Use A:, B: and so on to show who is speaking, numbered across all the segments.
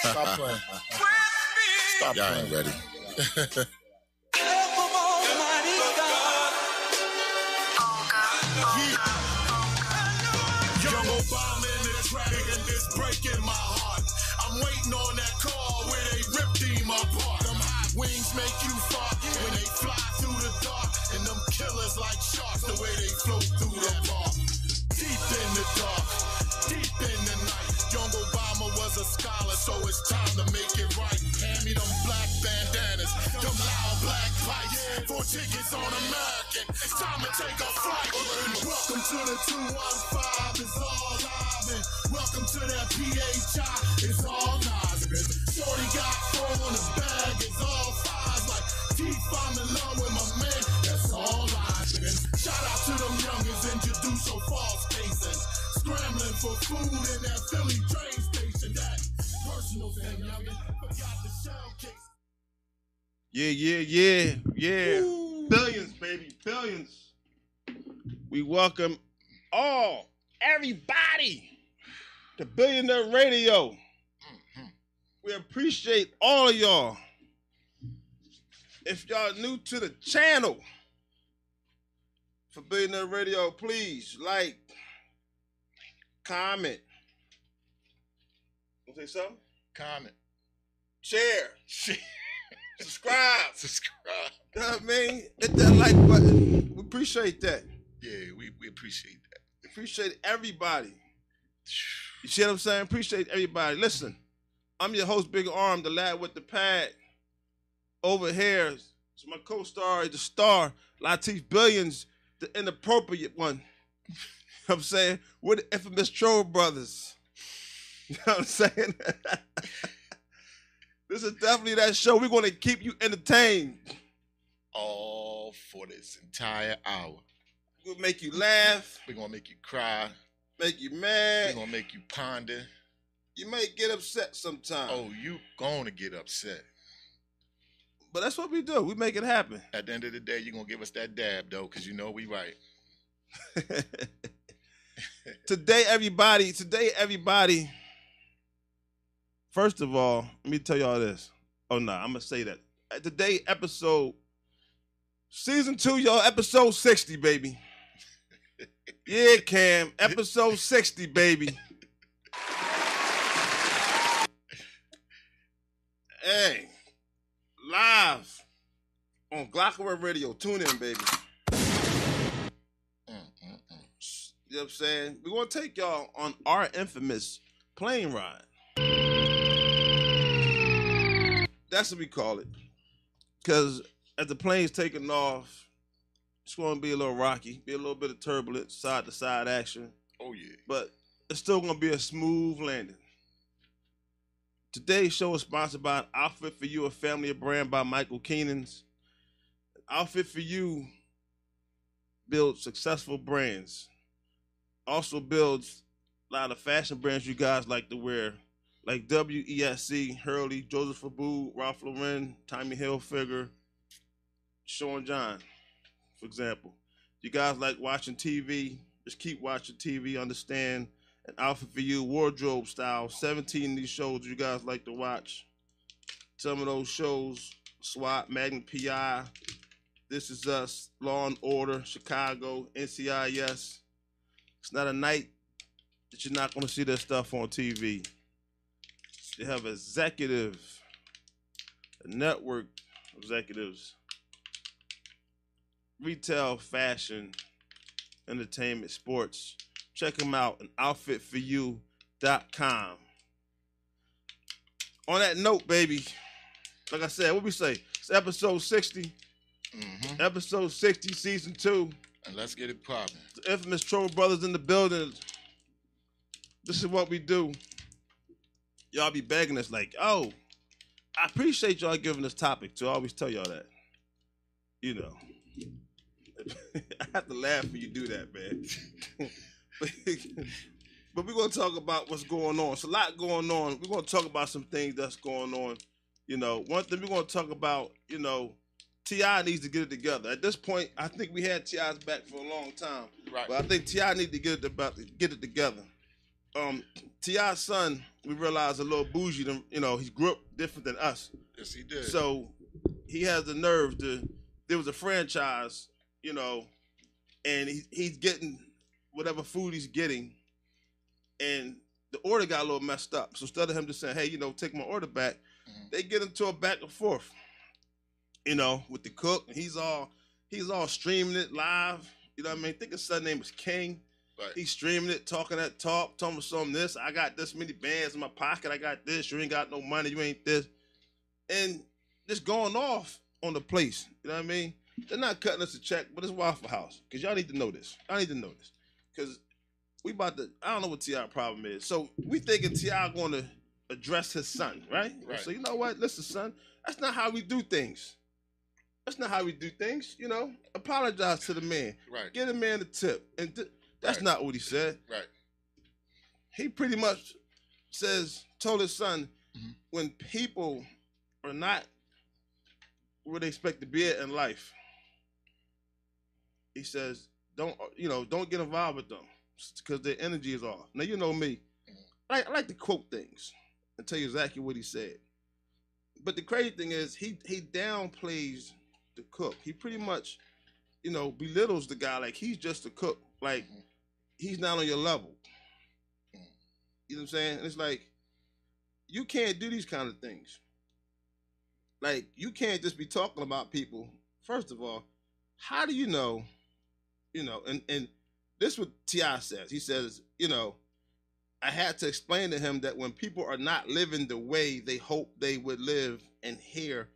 A: Stop playing. Stop
B: Y'all
A: playing.
B: ain't ready.
C: Young Obama in the traffic and it's breaking my heart. I'm waiting on that call where they ripped him apart. Them hot wings make you fart when they fly through the dark. And them killers like sharks the way they float through the park. Deep in the dark, deep in the night. Young Obama was a scholar, so it's time to make it right. Hand me them black bandanas, them loud black pipes. Four tickets on American, it's time to take a flight. Welcome to the 215, it's all live. And welcome to that PHI, it's all live. Shorty got four on his bag, it's all fives. Like, deep, I'm in love with my man, that's all live. Shout out to them youngins, introduce your false faces. Scrambling for food in that Philly train station. That personal thing, youngin, forgot the shell case.
D: Yeah, yeah, yeah, yeah. Billions, baby, billions. We welcome all, everybody, to Billionaire Radio. Mm-hmm. We appreciate all of y'all. If y'all new to the channel for Billionaire Radio, please like, comment. Wanna say something?
A: Comment.
D: Share, subscribe.
A: Subscribe.
D: You know what I mean? Hit that like button. We appreciate that.
A: Yeah, we, we appreciate that.
D: Appreciate everybody. You see what I'm saying? Appreciate everybody. Listen, I'm your host, Big Arm, the lad with the pad. Over here is my co-star, the star, Latif Billions, the inappropriate one. You know what I'm saying? We're the infamous Troll Brothers. You know what I'm saying? this is definitely that show. We're going to keep you entertained.
A: All for this entire hour.
D: We'll make you laugh,
A: We're gonna make you cry.
D: make you mad.
A: We're gonna make you ponder.
D: you might get upset sometimes.
A: Oh, you gonna get upset.
D: But that's what we do. We make it happen.
A: At the end of the day, you're gonna give us that dab though, cause you know we right.
D: today, everybody, today, everybody. First of all, let me tell y'all this. Oh no, I'm gonna say that. Uh, Today, episode season two, y'all, episode 60, baby. Yeah, Cam, episode 60, baby. hey, live on Glockware Radio. Tune in, baby.
A: Mm, Mm-mm-mm.
D: You know what I'm saying? We're gonna take y'all on our infamous plane ride. That's what we call it. Cause as the plane's taking off, it's gonna be a little rocky, be a little bit of turbulence, side to side action,
A: Oh yeah.
D: but it's still gonna be a smooth landing. Today's show is sponsored by an outfit for you, a family of brand by Michael Keenan's. Outfit for You builds successful brands. Also builds a lot of fashion brands you guys like to wear, like WESC, Hurley, Joseph Abou, Ralph Lauren, Tommy Hilfiger, Sean John, for example. You guys like watching TV? Just keep watching TV. Understand an outfit for you, wardrobe style. Seventeen of these shows you guys like to watch. Some of those shows: SWAT, Magnum PI, this Is Us, Law and Order, Chicago, NCIS. It's not a night that you're not going to see that stuff on TV. They have executive, network executives, retail, fashion, entertainment, sports. Check them out at outfitforyou.com. On that note, baby, like I said, what we say? It's episode 60
A: Mm-hmm.
D: episode 60, season two.
A: And let's get it poppin'.
D: The infamous Troll Brothers in the building. This is what we do. Y'all be begging us, like, oh, I appreciate y'all giving us topics. So I always tell y'all that. You know. I have to laugh when you do that, man. but we're gonna talk about what's going on. It's a lot going on. We're gonna talk about some things that's going on. You know, one thing we're gonna talk about, you know, T.I. needs to get it together. At this point, I think we had T.I.'s back for a long time.
A: Right.
D: But I think Ti need to get it about get it together. um Ti's son, we realized a little bougie. Than, you know, he grew up different than us.
A: Yes, he did.
D: So he has the nerve to. There was a franchise, you know, and he, he's getting whatever food he's getting, and the order got a little messed up. So instead of him just saying, "Hey, you know, take my order back,"
A: Mhm.
D: they get into a back and forth, you know, with the cook. And he's all he's all streaming it live. You know what I mean? I think his son name was King.
A: Right.
D: He's streaming it, talking that talk, talking some this. I got this many bands in my pocket. I got this. You ain't got no money. You ain't this. And just going off on the place. You know what I mean? They're not cutting us a check, but it's Waffle House. Cause y'all need to know this. I need to know this. Cause we about to. I don't know what Ti problem is. So we thinking Ti going to address his son, right?
A: Right.
D: So you know what? Listen, son, that's not how we do things. That's not how we do things. You know, apologize to the man.
A: right,
D: Get a man a tip. And th- that's
A: Right.
D: not what he said.
A: right.
D: He pretty much says, told his son,
A: Mhm.
D: when people are not where they expect to be at in life, he says, don't, you know, don't get involved with them because their energy is off. Now, you know me.
A: Mm-hmm.
D: I, I like to quote things and tell you exactly what he said. But the crazy thing is, he, he downplays the cook. He pretty much, you know, belittles the guy like he's just a cook. Like,
A: Mhm.
D: he's not on your level.
A: Mhm.
D: You know what I'm saying? And it's like, you can't do these kind of things. Like, you can't just be talking about people. First of all, how do you know, you know, and, and this what T.I. says. He says, you know, I had to explain to him that when people are not living the way they hope they would live and here,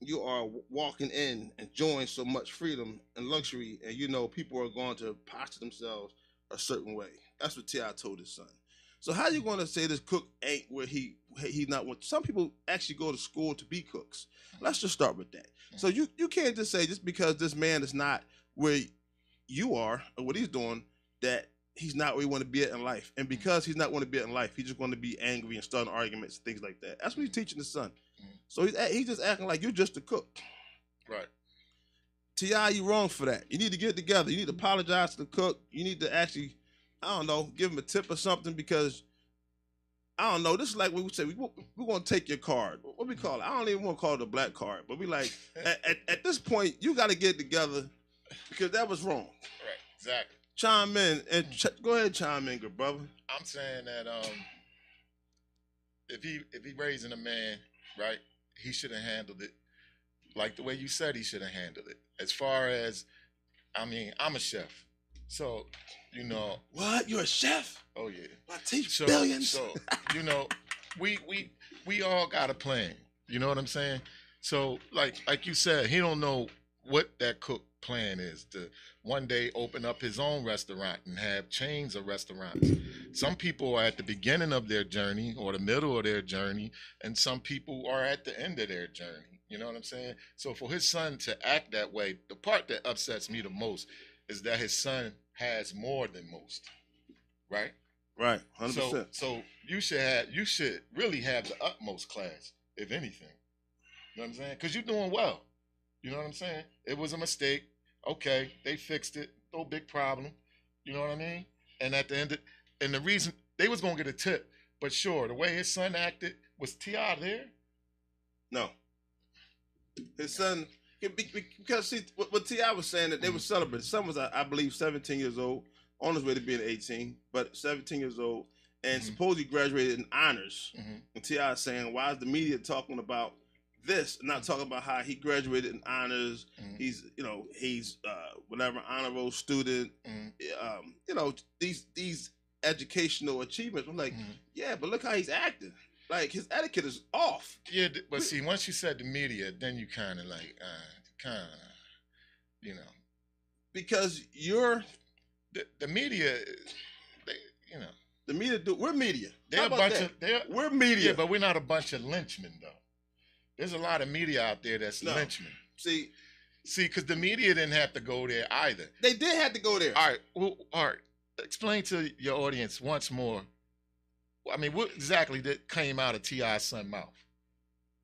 D: you are w- walking in enjoying so much freedom and luxury, and you know people are going to posture themselves a certain way. That's what Ti told his son. So how you going to say this cook ain't where he he not? What some people actually go to school to be cooks. Let's just start with that. So you you can't just say just because this man is not where you are or what he's doing that he's not where he want to be at in life. And because he's not want to be at in life, he's just going to be angry and starting arguments and things like that. That's what he's teaching the son. So he's act- he's just acting like you're just a cook.
A: Right.
D: Ti, you wrong for that. You need to get together. You need to apologize to the cook. You need to actually, I don't know, give him a tip or something because I don't know. This is like we would say we we're gonna take your card. What we call it? I don't even want to call it a black card, but we like at, at, at this point you got to get together because that was wrong.
A: Right. Exactly.
D: Chime in and ch- go ahead, chime in, good brother.
A: I'm saying that um, if he if he raising a man, right, he should have handled it like the way you said he should have handled it. As far as, I mean, I'm a chef, so you know,
D: What? You're a chef?
A: oh yeah.
D: I teach
A: So,
D: billions.
A: so you know, we we we all got a plan. You know what I'm saying? So like like you said, he don't know what that cook plan is to one day open up his own restaurant and have chains of restaurants. Some people are at the beginning of their journey or the middle of their journey, and some people are at the end of their journey. You know what I'm saying? So for his son to act that way, the part that upsets me the most is that his son has more than most. Right?
D: right, hundred
A: So,
D: percent.
A: so you should have you should really have the utmost class, if anything. You know what I'm saying? Because you're doing well. You know what I'm saying? It was a mistake. Okay, they fixed it. No big problem. You know what I mean? And at the end, of, and the reason they was gonna get a tip, but sure, the way his son acted was Ti there.
D: No. His son, be- be- because see, what, what T.I. was saying that they were celebrating. Son was, I, I believe, 17 years old, on his way to being 18, but 17 years old, and
A: Mhm.
D: supposedly graduated in honors.
A: Mhm.
D: And T.I. is saying, why is the media talking about this, and not talking about how he graduated in honors?
A: Mhm.
D: He's, you know, he's uh, whatever honor roll student.
A: Mhm.
D: Um, you know, these these educational achievements. I'm like,
A: Mhm.
D: yeah, but look how he's acting. Like his etiquette is off.
A: Yeah, th- but see, once you said the media, then you kind of like, uh, kind of, you know,
D: because you're
A: the, the media, they, you know,
D: the media. Do, we're media.
A: they're
D: How
A: a
D: about
A: bunch
D: that?
A: of they're
D: we're media.
A: Yeah, but we're not a bunch of lynchmen, though. There's a lot of media out there that's
D: No.
A: lynchmen.
D: See,
A: See, because the media didn't have to go there either.
D: they did have to go there.
A: All right, well, all right. Explain to your audience once more. I mean, what exactly that came out of T.I.'s son mouth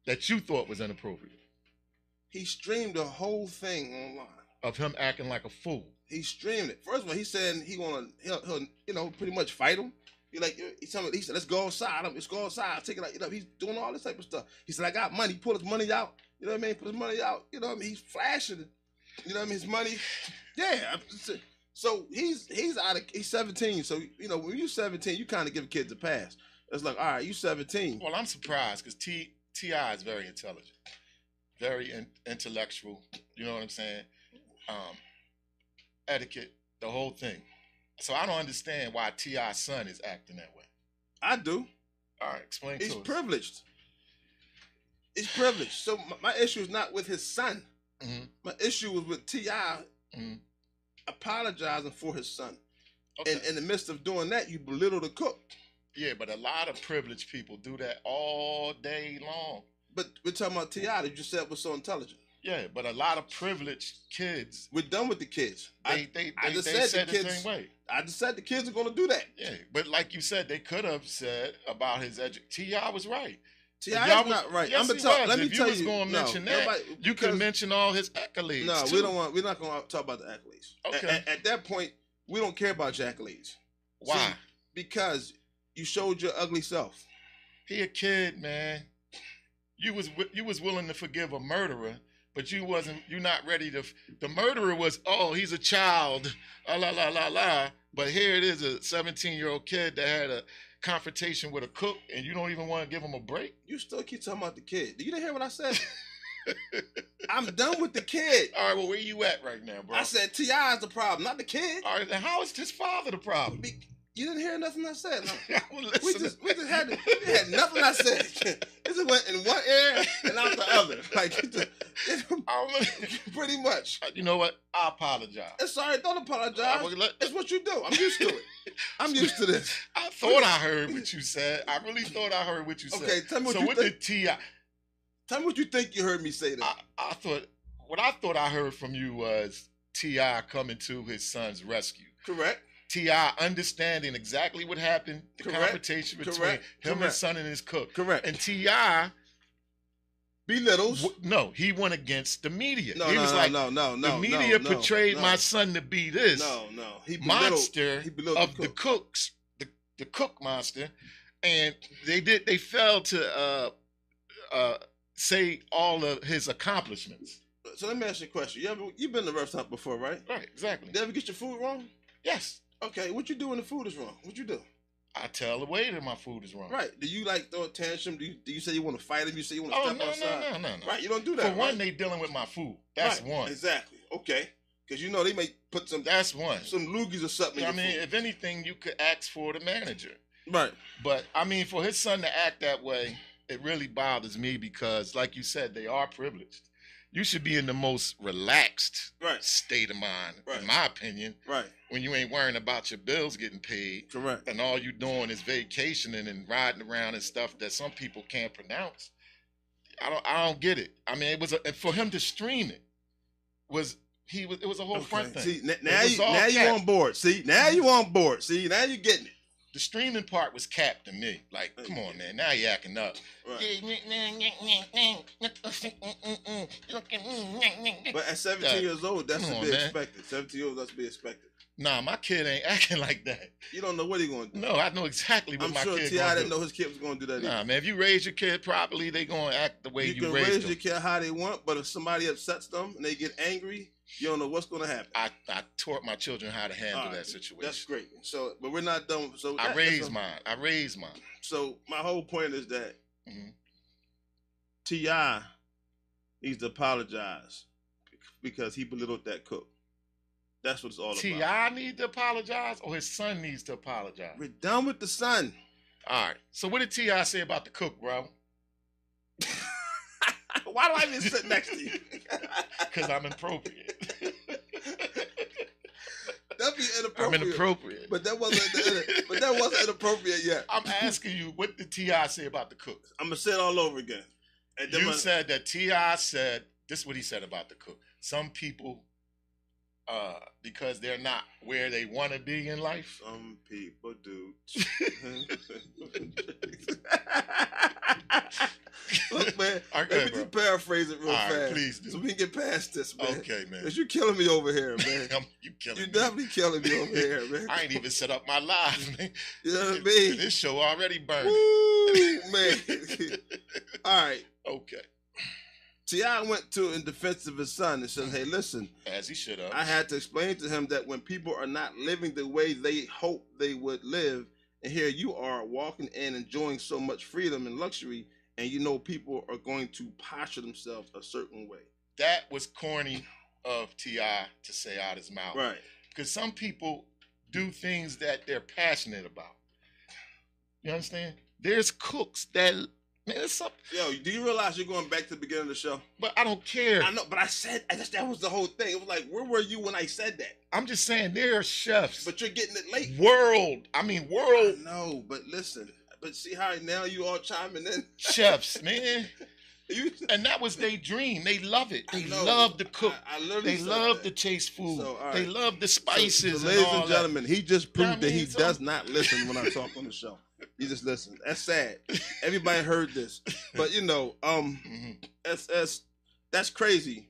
A: that you thought was inappropriate?
D: He streamed the whole thing online.
A: of him acting like a fool.
D: He streamed it. First of all, he said he wanna he'll, he'll you know pretty much fight him. He like he tell me he said let's go outside. I'm- Let's go outside. I'll take it out. You know he's doing all this type of stuff. He said I got money. He pulled his money out. You know what I mean? Put his money out. You know what I mean? He's flashing. it. You know what I mean? His money. Yeah. I'm just saying. So he's he's out of he's 17. So you know when you 17, you kind of give kids a pass. It's like all right, you 17.
A: Well, I'm surprised because T Ti is very intelligent, very in, intellectual. You know what I'm saying? Um, etiquette, the whole thing. So I don't understand why Ti's son is acting that way.
D: I do.
A: All right, explain
D: He's
A: to us.
D: privileged. He's privileged. So my, my issue is not with his son.
A: Mhm.
D: My issue was with Ti
A: Mhm.
D: apologizing for his son.
A: Okay.
D: And in the midst of doing that, you belittle the cook.
A: yeah, but a lot of privileged people do that all day long.
D: But we're talking about Ti that you said was so intelligent.
A: Yeah, but a lot of privileged kids,
D: We're done with the kids.
A: they
D: I,
A: they, they,
D: I just
A: they
D: said the
A: said the
D: kids-
A: same way.
D: I just said the kids are gonna do that.
A: Yeah, but like you said, they could have said about his edu Ti was right.
D: Ti is
A: Y'all was-
D: not right.
A: yes,
D: I'm gonna
A: he
D: tell.
A: was.
D: Let me
A: If you
D: tell
A: was
D: you.
A: gonna
D: no,
A: mention that,
D: nobody-
A: You
D: because-
A: can mention all his accolades.
D: No,
A: too.
D: we don't want. We're not gonna talk about the accolades. A-
A: Okay.
D: At, at that point, we don't care about your accolades
A: Why?
D: because you showed your ugly self.
A: he a kid, man. You was wi- you was willing to forgive a murderer, but you wasn't. You not ready to. f- The murderer was, oh, he's a child. Ah, la la la la. But here it is, a 17 year old kid that had a confrontation with a cook, and you don't even want to give him a break.
D: You still keep talking about the kid. Did you didn't hear what I said? I'm done with the kid.
A: All right, well, where you at right now, bro?
D: I said Ti is the problem, not the kid.
A: all right, then how is his father the problem?
D: Be- you didn't hear nothing I said. No.
A: I would
D: We
A: listen to-
D: just we just had we had nothing I said. It just went in one ear and out the other. Like it just, it-
A: I'm-
D: pretty much.
A: you know what? I apologize.
D: It's sorry. Don't
A: I,
D: apologize.
A: would let-
D: It's what you do. I'm used to it. I'm used to this.
A: I thought I heard what you said. I really thought I heard what Uh, you said.
D: Okay, tell me what
A: so
D: you
A: with
D: think.
A: the Ti, I,
D: Tell me what you think you heard me say. Then.
A: I thought what I thought I heard from you was Ti coming to his son's rescue.
D: Correct.
A: Ti understanding exactly what happened, the
D: Correct.
A: confrontation between
D: Correct.
A: him and
D: Correct.
A: his son and his cook,
D: Correct.
A: and Ti.
D: Belittles.
A: w- No, he went against the media.
D: No,
A: he
D: no,
A: was
D: no,
A: like,
D: no, no, no.
A: the media
D: no, no,
A: portrayed
D: no,
A: my son to be this
D: No, no. He belittled-
A: monster
D: He belittled
A: of
D: the
A: the
D: cook.
A: cooks, the, the cook monster, and they did they failed to uh, uh, say all of his accomplishments.
D: So let me ask you a question. You ever you've been to a restaurant before, right?
A: Right, exactly.
D: Did you ever get your food wrong?
A: yes,
D: Okay, what you do when the food is wrong? What you do?
A: I tell the waiter my food is wrong.
D: Right. Do you like throw a tantrum? Do you, do you say you want to fight him? You say you want to
A: Oh
D: step
A: no,
D: outside?
A: no no no no.
D: Right. You don't do
A: For
D: that.
A: one,
D: right?
A: they dealing with my food. That's
D: Right,
A: one.
D: Exactly. Okay. Because you know they may put some
A: That's one.
D: some loogies or something. in
A: I
D: your
A: mean,
D: food.
A: if anything, you could ask for the manager.
D: right.
A: But I mean, for his son to act that way, it really bothers me because, like you said, they are privileged. You should be in the most relaxed
D: Right.
A: state of mind,
D: Right.
A: in my opinion,
D: Right.
A: when you ain't worrying about your bills getting paid
D: Correct.
A: and all you doing is vacationing and riding around and stuff that some people can't pronounce. I don't. I don't get it. I mean, it was a, and for him to stream it was he was it was a whole front thing.
D: See, n- now
A: was
D: you
A: all
D: now you
A: cap.
D: on board. See, now you on board. See, now you getting it.
A: the streaming part was capped to me. Like, come on, man, now you acting up.
D: Right. But at 17
A: Yeah.
D: years old, that's
A: Come
D: to
A: on,
D: be
A: man.
D: expected. 17 years old, that's to be expected.
A: Nah, my kid ain't acting like that.
D: You don't know what he gonna do.
A: No, I know exactly what
D: I'm
A: my
D: sure
A: kid
D: Ti
A: gonna
D: didn't
A: do.
D: know his kid was gonna do that. either.
A: Nah, man, if you raise your kid properly, they gonna act the way
D: you,
A: you,
D: can
A: raised
D: raise
A: them.
D: your kid how they want, but if somebody upsets them and they get angry, you don't know what's gonna happen.
A: I, I taught my children how to handle
D: All right,
A: that situation.
D: That's great. So, but we're not done. So that-
A: I
D: that's
A: raised
D: a-
A: mine. I raised mine.
D: So my whole point is that
A: Mhm.
D: Ti needs to apologize because he belittled that cook. That's what it's all about.
A: Ti need to apologize, or his son needs to apologize.
D: We're done with the sun.
A: All right. So what did Ti say about the cook, bro?
D: Why do I even sit next to you?
A: Because I'm inappropriate.
D: That'd be
A: I'm
D: inappropriate.
A: inappropriate.
D: but that wasn't. but that wasn't inappropriate yet.
A: I'm asking you, what did Ti say about the cook?
D: I'm gonna say it all over again. And then
A: You
D: my-
A: said that Ti said this. Is what he said about the cook? Some people, uh, because they're not where they want to be in life.
D: Some people do. Look, man,
B: man.
A: All right,
B: Let
A: go
B: me
A: ahead,
B: just paraphrase it real
A: All right,
B: fast.
A: please do.
B: So we can get past this,
A: bro.
B: man.
A: Okay, man.
B: Cause you're killing me over here, man.
A: you killing
B: You're
A: me.
B: definitely killing me over here, man.
A: I ain't even set up my live, man.
B: You know what I mean?
A: This show already burned.
B: Woo, man. All right.
A: Okay.
D: Ti went to in defense of his son and said, "Hey, listen,
A: As he should have.
D: I had to explain to him that when people are not living the way they hope they would live, and here you are walking and enjoying so much freedom and luxury, and you know people are going to posture themselves a certain way.
A: That was corny of T.I. to say out his mouth.
D: Right.
A: Because some people do things that they're passionate about. You understand? There's cooks that, man, it's up.
D: Yo, do you realize you're going back to the beginning of the show?
A: But I don't care.
D: I know, but I said I just, that was the whole thing. It was like, where were you when I said that?
A: I'm just saying, there are chefs.
D: But you're getting it late.
A: world, I mean, world
D: No, but listen, but see how now you all chiming in.
A: chefs, man.
D: You,
A: And that was their dream. They love it. They
D: I know.
A: love to cook.
D: I, I literally
A: They
D: said
A: love
D: that.
A: to chase food.
D: So, all
A: They
D: right.
A: love the
D: So- so
A: spices.
D: ladies
A: and, all
D: and gentlemen, he just
A: You
D: proved
A: know what I
D: that he
A: mean? So-
D: does not listen when I talk on the show. He just listens. That's sad. Everybody heard this, but you know, um,
A: That. Mhm.
D: that's that's that's crazy.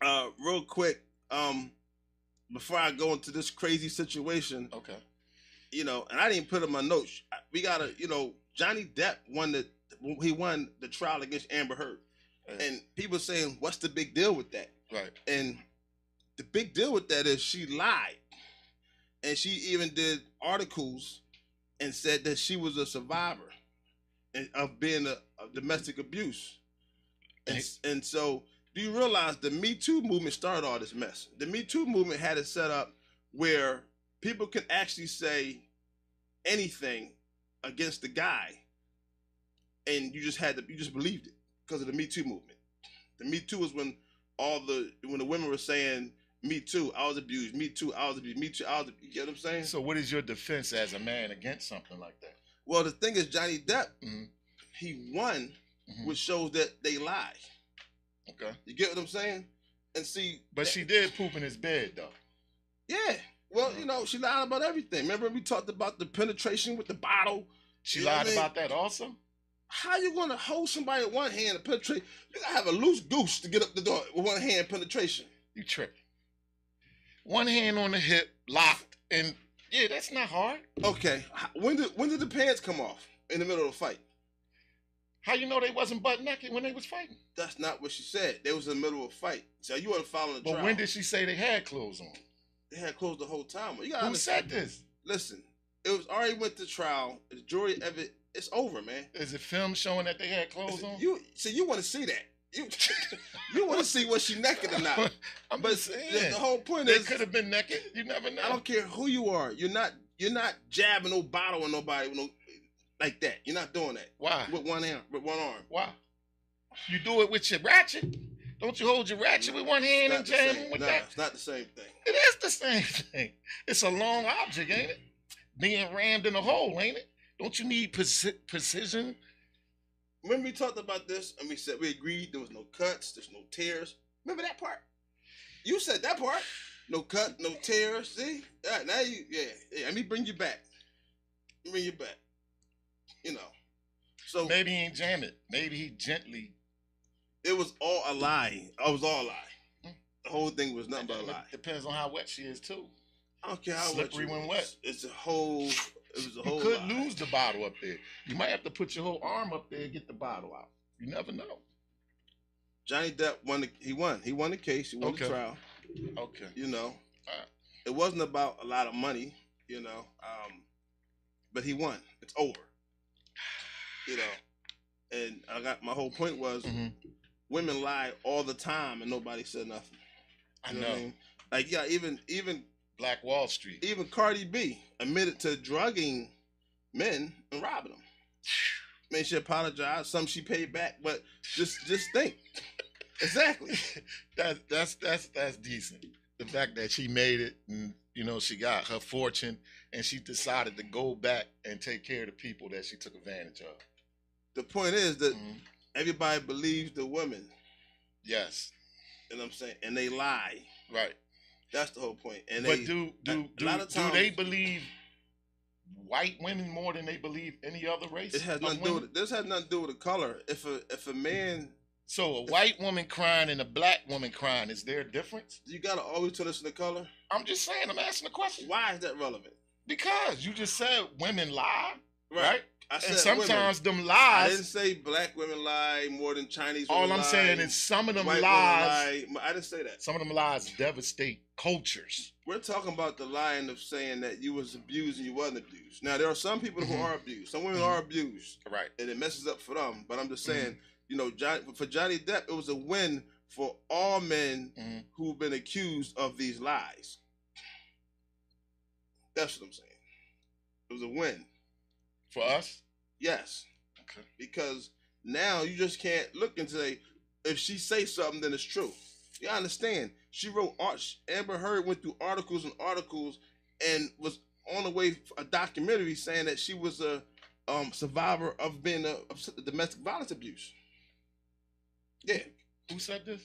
D: Uh, real quick, um, before I go into this crazy situation,
A: Okay.
D: you know, and I didn't put in my notes. We gotta, you know, Johnny Depp won the he won the trial against Amber Heard, and people saying, what's the big deal with that?
A: right.
D: And the big deal with that is she lied. And she even did articles and said that she was a survivor and- of being a of domestic abuse. And, and so, do you realize the Me Too movement started all this mess? The Me Too movement had it set up where people can actually say anything against the guy, and you just had to you just believed it because of the Me Too movement. The Me Too was when all the when the women were saying Me Too, I was abused. Me Too, I was abused. Me Too, I was. Abused. You get what I'm saying?
A: So, what is your defense as a man against something like that?
D: Well, the thing is, Johnny Depp,
A: Mhm.
D: he won,
A: Mhm.
D: which shows that they lie.
A: Okay.
D: You get what I'm saying? And see,
A: But
D: that-
A: she did poop in his bed, though.
D: yeah. Well,
A: Mm-hmm.
D: you know, she lied about everything. Remember, we talked about the penetration with the bottle.
A: She
D: You know what
A: lied
D: I mean?
A: about that also?
D: How you gonna hold somebody with one hand and penetrate? You gotta have a loose goose to get up the door with one hand penetration.
A: You tripping. One hand on the hip, locked. And yeah, that's not hard.
D: Okay, h- when did when did the pants come off in the middle of the fight?
A: How you know they wasn't butt naked when they was fighting?
D: That's not what she said. They was in the middle of a fight. So you weren't following the
A: But
D: trial.
A: when did she say they had clothes on?
D: they had closed the whole time? You gotta
A: Who
D: understand-
A: said this?
D: listen, it was already went to trial. The jury ever, it's over, man.
A: Is it film showing that they had clothes on?
D: You so you want to see that? You you want to see what she naked or not?
A: I'm
D: But
A: just
D: the,
A: saying.
D: the whole point
A: they
D: is,
A: could have been naked. You never know.
D: I don't care who you are. You're not you're not jabbing no bottle on nobody with no like that. You're not doing that
A: Why?
D: with one arm. With one arm.
A: Why? You do it with your ratchet. Don't you hold your ratchet with one hand and
D: It's not the
A: jam
D: same.
A: with
D: Nah,
A: that?
D: it's not the same thing.
A: It is the same thing. It's a long object, ain't it? Being rammed in a hole, ain't it? Don't you need preci- precision?
D: Remember we talked about this and we said we agreed there was no cuts, there's no tears. Remember that part? You said that part. No cut, no tears. See? Yeah, now you yeah, yeah, let me bring you back. Let me Bring you back. You know. So
A: Maybe he ain't jam it. Maybe he gently.
D: it was all a lie. I was all a lie. The whole thing was nothing but a
A: It
D: lie.
A: Depends on how wet she is too.
D: I don't care how
A: Slippery
D: you
A: when
D: was.
A: wet.
D: It's a whole it was a
A: You
D: whole
A: could
D: lie.
A: lose the bottle up there. You might have to put your whole arm up there and get the bottle out. You never know.
D: Johnny Depp won the he won. He won the case, he won
A: Okay.
D: the trial.
A: Okay.
D: you know. uh,
A: Alright.
D: It wasn't about a lot of money, you know. Um, but he won. It's over. You know. And I got my whole point was
A: Mhm.
D: women lie all the time and nobody said nothing.
A: I
D: You what
A: know.
D: mean? Like yeah, even even
A: Black Wall Street.
D: even Cardi B admitted to drugging men and robbing them. I mean, she apologized. Some she paid back, but just just think. exactly.
A: That's that's that's that's decent. The fact that she made it, and you know, she got her fortune, and she decided to go back and take care of the people that she took advantage of.
D: The point is that
A: Mhm.
D: everybody believes the women.
A: Yes,
D: You know what I'm saying? And they lie.
A: right.
D: That's the whole point. And
A: but
D: they,
A: do
D: a-
A: do
D: a
A: do,
D: lot of
A: do they
D: times-
A: believe white women more than they believe any other race.
D: It has
A: of
D: nothing to do
A: women?
D: with this has nothing to do with the color. If a if a man
A: So a white woman crying and a black woman crying, is there a difference?
D: you gotta always tell us the color.
A: I'm just saying, I'm asking the question.
D: Why is that relevant?
A: Because you just said women lie, right?
D: I said
A: And
D: women.
A: sometimes them
D: I didn't
A: lies,
D: say black women lie more than Chinese.
A: all I'm
D: women lie,
A: saying is some of them
D: white
A: lies,
D: women lie. I didn't say that.
A: some of them lies devastate cultures.
D: We're talking about the lying of saying that you was abused and you wasn't abused. Now there are some people
A: Mhm.
D: who are abused. Some women
A: Mhm.
D: are abused,
A: Right.
D: and it messes up for them. But I'm just saying, you know, Johnny, for Johnny Depp, it was a win for all men
A: Mhm.
D: who've been accused of these lies. That's what I'm saying. It was a win.
A: For us,
D: Yes.
A: Okay.
D: Because now you just can't look and say, if she say something, then it's true. You understand? She wrote art. Amber Heard went through articles and articles, and was on the way for a documentary saying that she was a um, survivor of being a of domestic violence abuse. Yeah,
A: who said this?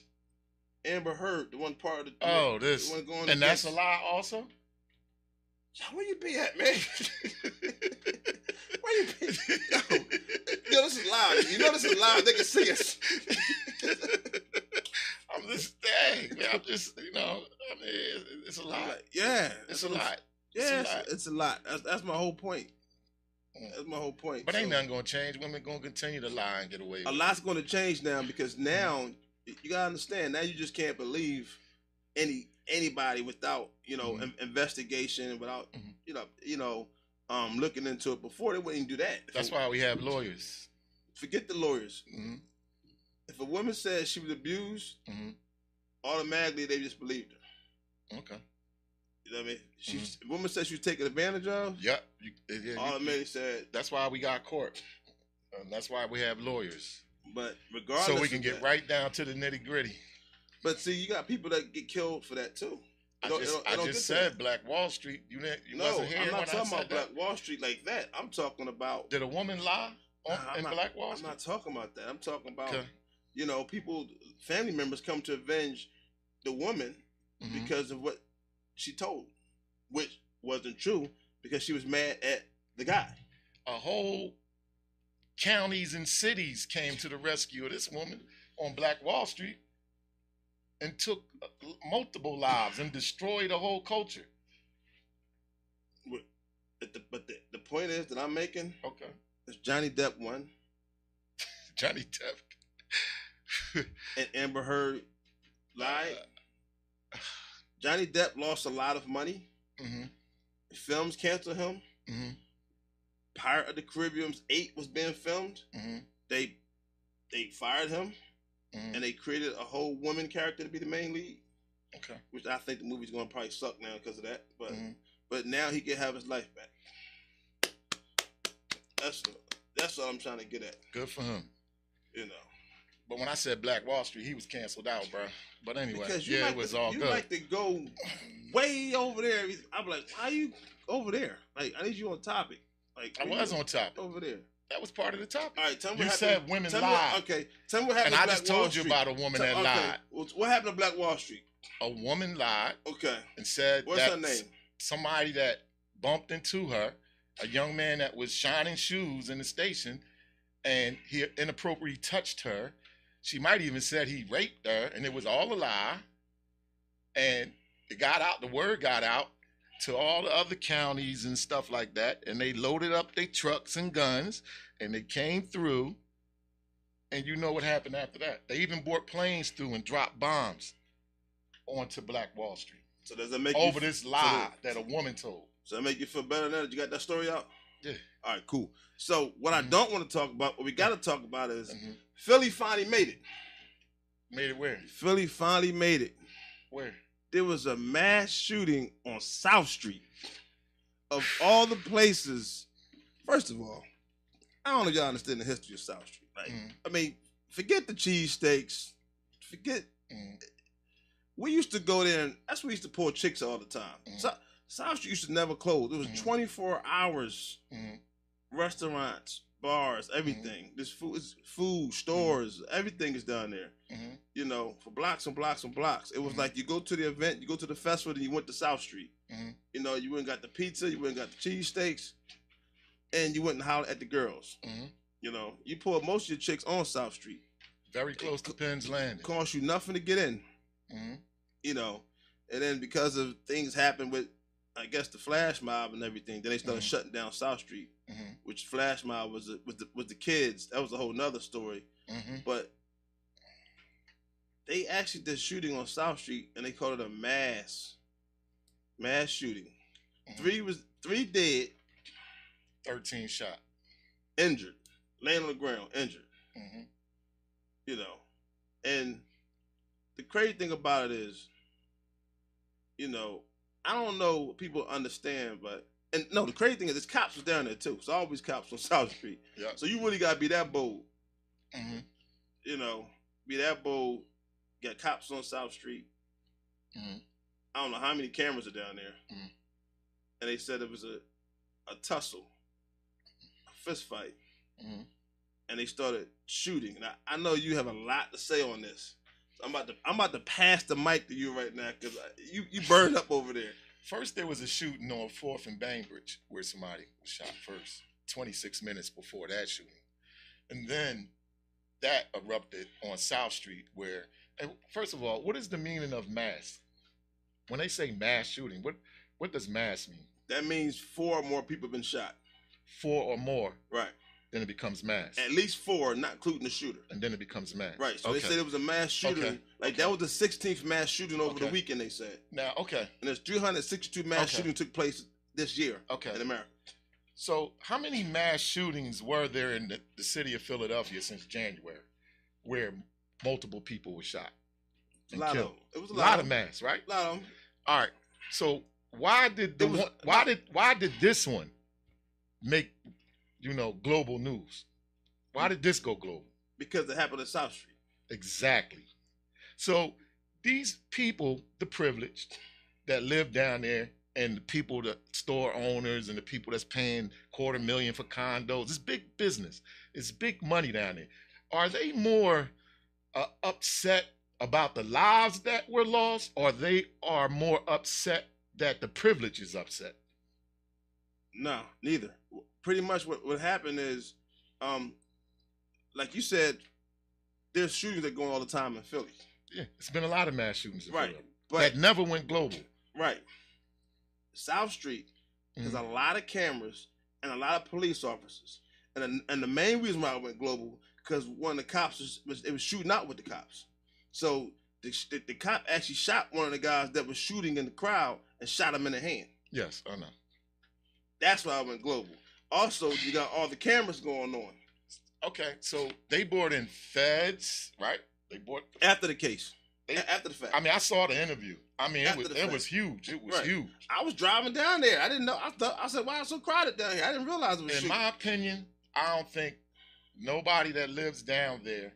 D: Amber Heard, the one part of the
A: Oh,
D: the
A: this.
D: one going
A: And that's a
D: against-
A: lie also?
D: Yo, Where you be at, man? Where you be? Yo, yo, this is live. You know this is live. They can see us.
A: I'm just, dang, man, I'm just, you know, I mean, it's, it's a lot.
D: Yeah,
A: It's
D: that's
A: a
D: what I'm
A: lot.
D: Yeah,
A: It's a
D: it's,
A: lot.
D: it's a lot. That's, that's my whole point.
A: Mm.
D: That's my whole point.
A: But ain't
D: So,
A: nothing gonna change. Women gonna continue to lie and get away with
D: a
A: it.
D: lot's going to change now because now you gotta understand. Now you just can't believe any anybody without you know
A: Mhm.
D: in- investigation, without
A: Mhm.
D: you know you know um looking into it before they wouldn't do that. If
A: That's
D: a-
A: why we have lawyers.
D: Forget the lawyers.
A: hmm
D: If a woman says she was abused,
A: hmm
D: automatically they just believed her.
A: Okay.
D: You know what I mean? She woman says she was taken advantage of.
A: Yep. You, Mm-hmm. yeah, you-
D: Automatically said,
A: that's why we got court. And that's why we have lawyers.
D: but regardless,
A: so we can
D: of
A: get
D: that-
A: right down to the nitty gritty.
D: But see, you got people that get killed for that too.
A: I
D: Don't-
A: just,
D: it don't- it
A: I
D: don't
A: just
D: get to
A: said Black Wall Street. You didn't. You
D: no,
A: wasn't here
D: I'm not
A: when I
D: talking
A: said
D: about
A: that.
D: Black Wall Street like that. I'm talking about.
A: Did a woman lie on,
D: Nah, I'm
A: in
D: not-
A: Black Wall
D: I'm
A: Street?
D: not talking about that. I'm talking about
A: Okay.
D: you know people, family members come to avenge the woman
A: Mhm.
D: because of what she told, which wasn't true because she was mad at the guy.
A: a whole counties and cities came to the rescue of this woman on Black Wall Street and took uh, multiple lives and destroyed a whole culture.
D: But the, but the, the point is that I'm making
A: Okay.
D: is Johnny Depp won
A: Johnny Depp.
D: and Amber Heard lied. Johnny Depp lost a lot of money.
A: hmm
D: Films canceled him.
A: hmm
D: Pirate of the Caribbean's Eight was being filmed.
A: hmm
D: They they fired him
A: Mhm.
D: and they created a whole woman character to be the main lead,
A: Okay.
D: which I think the movie's gonna probably suck now because of that. But
A: Mhm.
D: but now he can have his life back. That's that's what I'm trying to get at.
A: Good for him.
D: You know,
A: But when I said Black Wall Street, he was canceled out, bro. But anyway,
D: because you
A: yeah,
D: like
A: it was
D: to,
A: all
D: you
A: good.
D: like to go way over there. I'm like, why you over there? Like I need you on topic. Like
A: I was on top.
D: over there.
A: That was part of the topic.
D: All right, tell me
A: You
D: what
A: said
D: happened.
A: women
D: Tell me
A: lied.
D: what, okay, tell me what happened.
A: and
D: to
A: I just
D: Black Wall
A: told you
D: Street.
A: about a woman that
D: Tell- okay.
A: lied.
D: Well, What happened to Black Wall Street?
A: A woman lied
D: Okay,
A: and said
D: what's
A: that
D: her name?
A: somebody that bumped into her, a young man that was shining shoes in the station, and he inappropriately touched her. She might even said he raped her, and it was all a lie. And it got out, the word got out to all the other counties and stuff like that, and they loaded up their trucks and guns, and they came through. And you know what happened after that? They even brought planes through and dropped bombs onto Black Wall Street
D: So does that make you,
A: over this lie
D: so that-
A: that a woman told.
D: Does that make you feel better now that you got that story out?
A: Yeah.
D: All right, cool. So what I
A: Mhm.
D: don't want to talk about, what we got to talk about is
A: Mhm.
D: Philly finally made it.
A: Made it where?
D: Philly finally made it.
A: Where?
D: There was a mass shooting on South Street. Of all the places, first of all, I don't know if y'all understand the history of South Street. Like,
A: Mhm.
D: I mean, forget the cheesesteaks. Forget
A: Mhm.
D: we used to go there and that's where we used to pull chicks all the time.
A: Mhm.
D: So, South Street used to never close. It was
A: Mhm.
D: 24 hours
A: Mhm.
D: restaurants bars, everything. This food, it's food stores, everything is down there.
A: hmm
D: You know, for blocks and blocks and blocks. It was
A: Mhm.
D: like you go to the event, you go to the festival, then you went to South Street.
A: Mhm.
D: You know, you went and got the pizza, you went and got the cheesesteaks, and you went and hollered at the girls.
A: Mhm.
D: You know, you pulled most of your chicks on South Street.
A: Very close to Penn's Landing.
D: Cost you nothing to get in.
A: hmm
D: you know, and then because of things happened with, I guess the flash mob and everything, then they started
A: Mhm.
D: shutting down South Street,
A: hmm
D: which flash mob was the, was the, was the kids. That was a whole nother story.
A: hmm
D: But they actually did shooting on South Street, and they called it a mass mass shooting.
A: Mhm.
D: Three was three dead,
A: Thirteen shot.
D: injured, laying on the ground, injured.
A: hmm
D: you know. And the crazy thing about it is, you know, I don't know what people understand, but and no, the crazy thing is, it's cops was down there too. It's always cops on South Street.
A: Yeah.
D: So you really gotta be that bold,
A: hmm
D: you know, be that bold. Got cops on South Street.
A: Mhm.
D: I don't know how many cameras are down there,
A: Mhm.
D: and they said it was a a tussle, a fist fight
A: hmm
D: and they started shooting. And I, I know you have a lot to say on this. So I'm about to I'm about to pass the mic to you right now because you you burned up over there.
A: First, there was a shooting on Fourth and Bainbridge where somebody was shot first. Twenty-six minutes before that shooting, and then that erupted on South Street where. And first of all, what is the meaning of mass? When they say mass shooting, what what does mass mean?
D: That means four or more people have been shot.
A: Four or more,
D: Right.
A: then it becomes mass,
D: At least four, not including the shooter.
A: and then it becomes mass.
D: Right. So
A: okay.
D: they said it was a mass shooting.
A: Okay.
D: Like that was the 16th mass shooting over the
A: Okay.
D: weekend. They said,
A: now, okay,
D: and there's 362 mass
A: Okay.
D: shooting took place this year
A: okay.
D: in America.
A: So, how many mass shootings were there in the, the city of Philadelphia since January, where multiple people were shot
D: A
A: and
D: lot of
A: killed?
D: them. It was
A: A
D: a
A: lot of mass, right?
D: A lot of them.
A: All right. So, why did the
D: It was-
A: one, why did why did this one make you know global news? Why did this go global?
D: because it happened at South Street.
A: Exactly. So these people, the privileged that live down there, and the people, the store owners, and the people that's paying quarter million for condos, it's big business. It's big money down there. Are they more uh, upset about the lives that were lost, or they are more upset that the privilege is upset?
D: No, neither. Pretty much what, what happened is, um, like you said, there's shootings that go on all the time in Philly.
A: Yeah, it's been a lot of mass shootings, in
D: Right,
A: Philadelphia
D: But
A: that never went global.
D: right, South Street has
A: Mm-hmm. Mm.
D: a lot of cameras and a lot of police officers, and and the main reason why I went global because one of the cops was, was it was shooting out with the cops, so the, sh- the the cop actually shot one of the guys that was shooting in the crowd and shot him in the hand.
A: Yes, I know.
D: That's why I went global. Also, you got all the cameras going on
A: Okay, so they brought in feds, right? They brought.
D: after the case,
A: They-
D: A- after the fact.
A: I mean, I saw the interview. I mean, it
D: After
A: was
D: the
A: it
D: fact.
A: was huge. It was
D: Right.
A: huge.
D: I was driving down there. I didn't know. I thought I said, "Why it's so crowded down here?" I didn't realize it was.
A: In
D: shooting.
A: my opinion, I don't think nobody that lives down there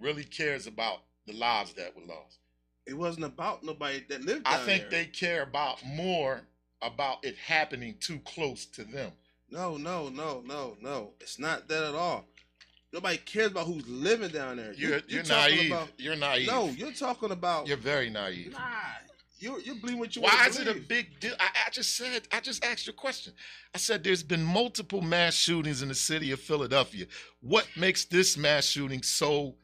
A: really cares about the lives that were lost.
D: it wasn't about nobody that lived.
A: I
D: down
A: think
D: there.
A: they care about more about it happening too close to them.
D: No, no, no, no, no. It's not that at all. Nobody cares about who's living down there.
A: You're you're,
D: talking
A: naive.
D: About,
A: you're naive.
D: no, you're talking about.
A: you're very naive.
D: nah, you you believe what you
A: Why
D: want
A: is
D: to
A: it a
D: believe.
A: big deal? I, I just said, I just asked you a question. I said, there's been multiple mass shootings in the city of Philadelphia. What makes this mass shooting so ap-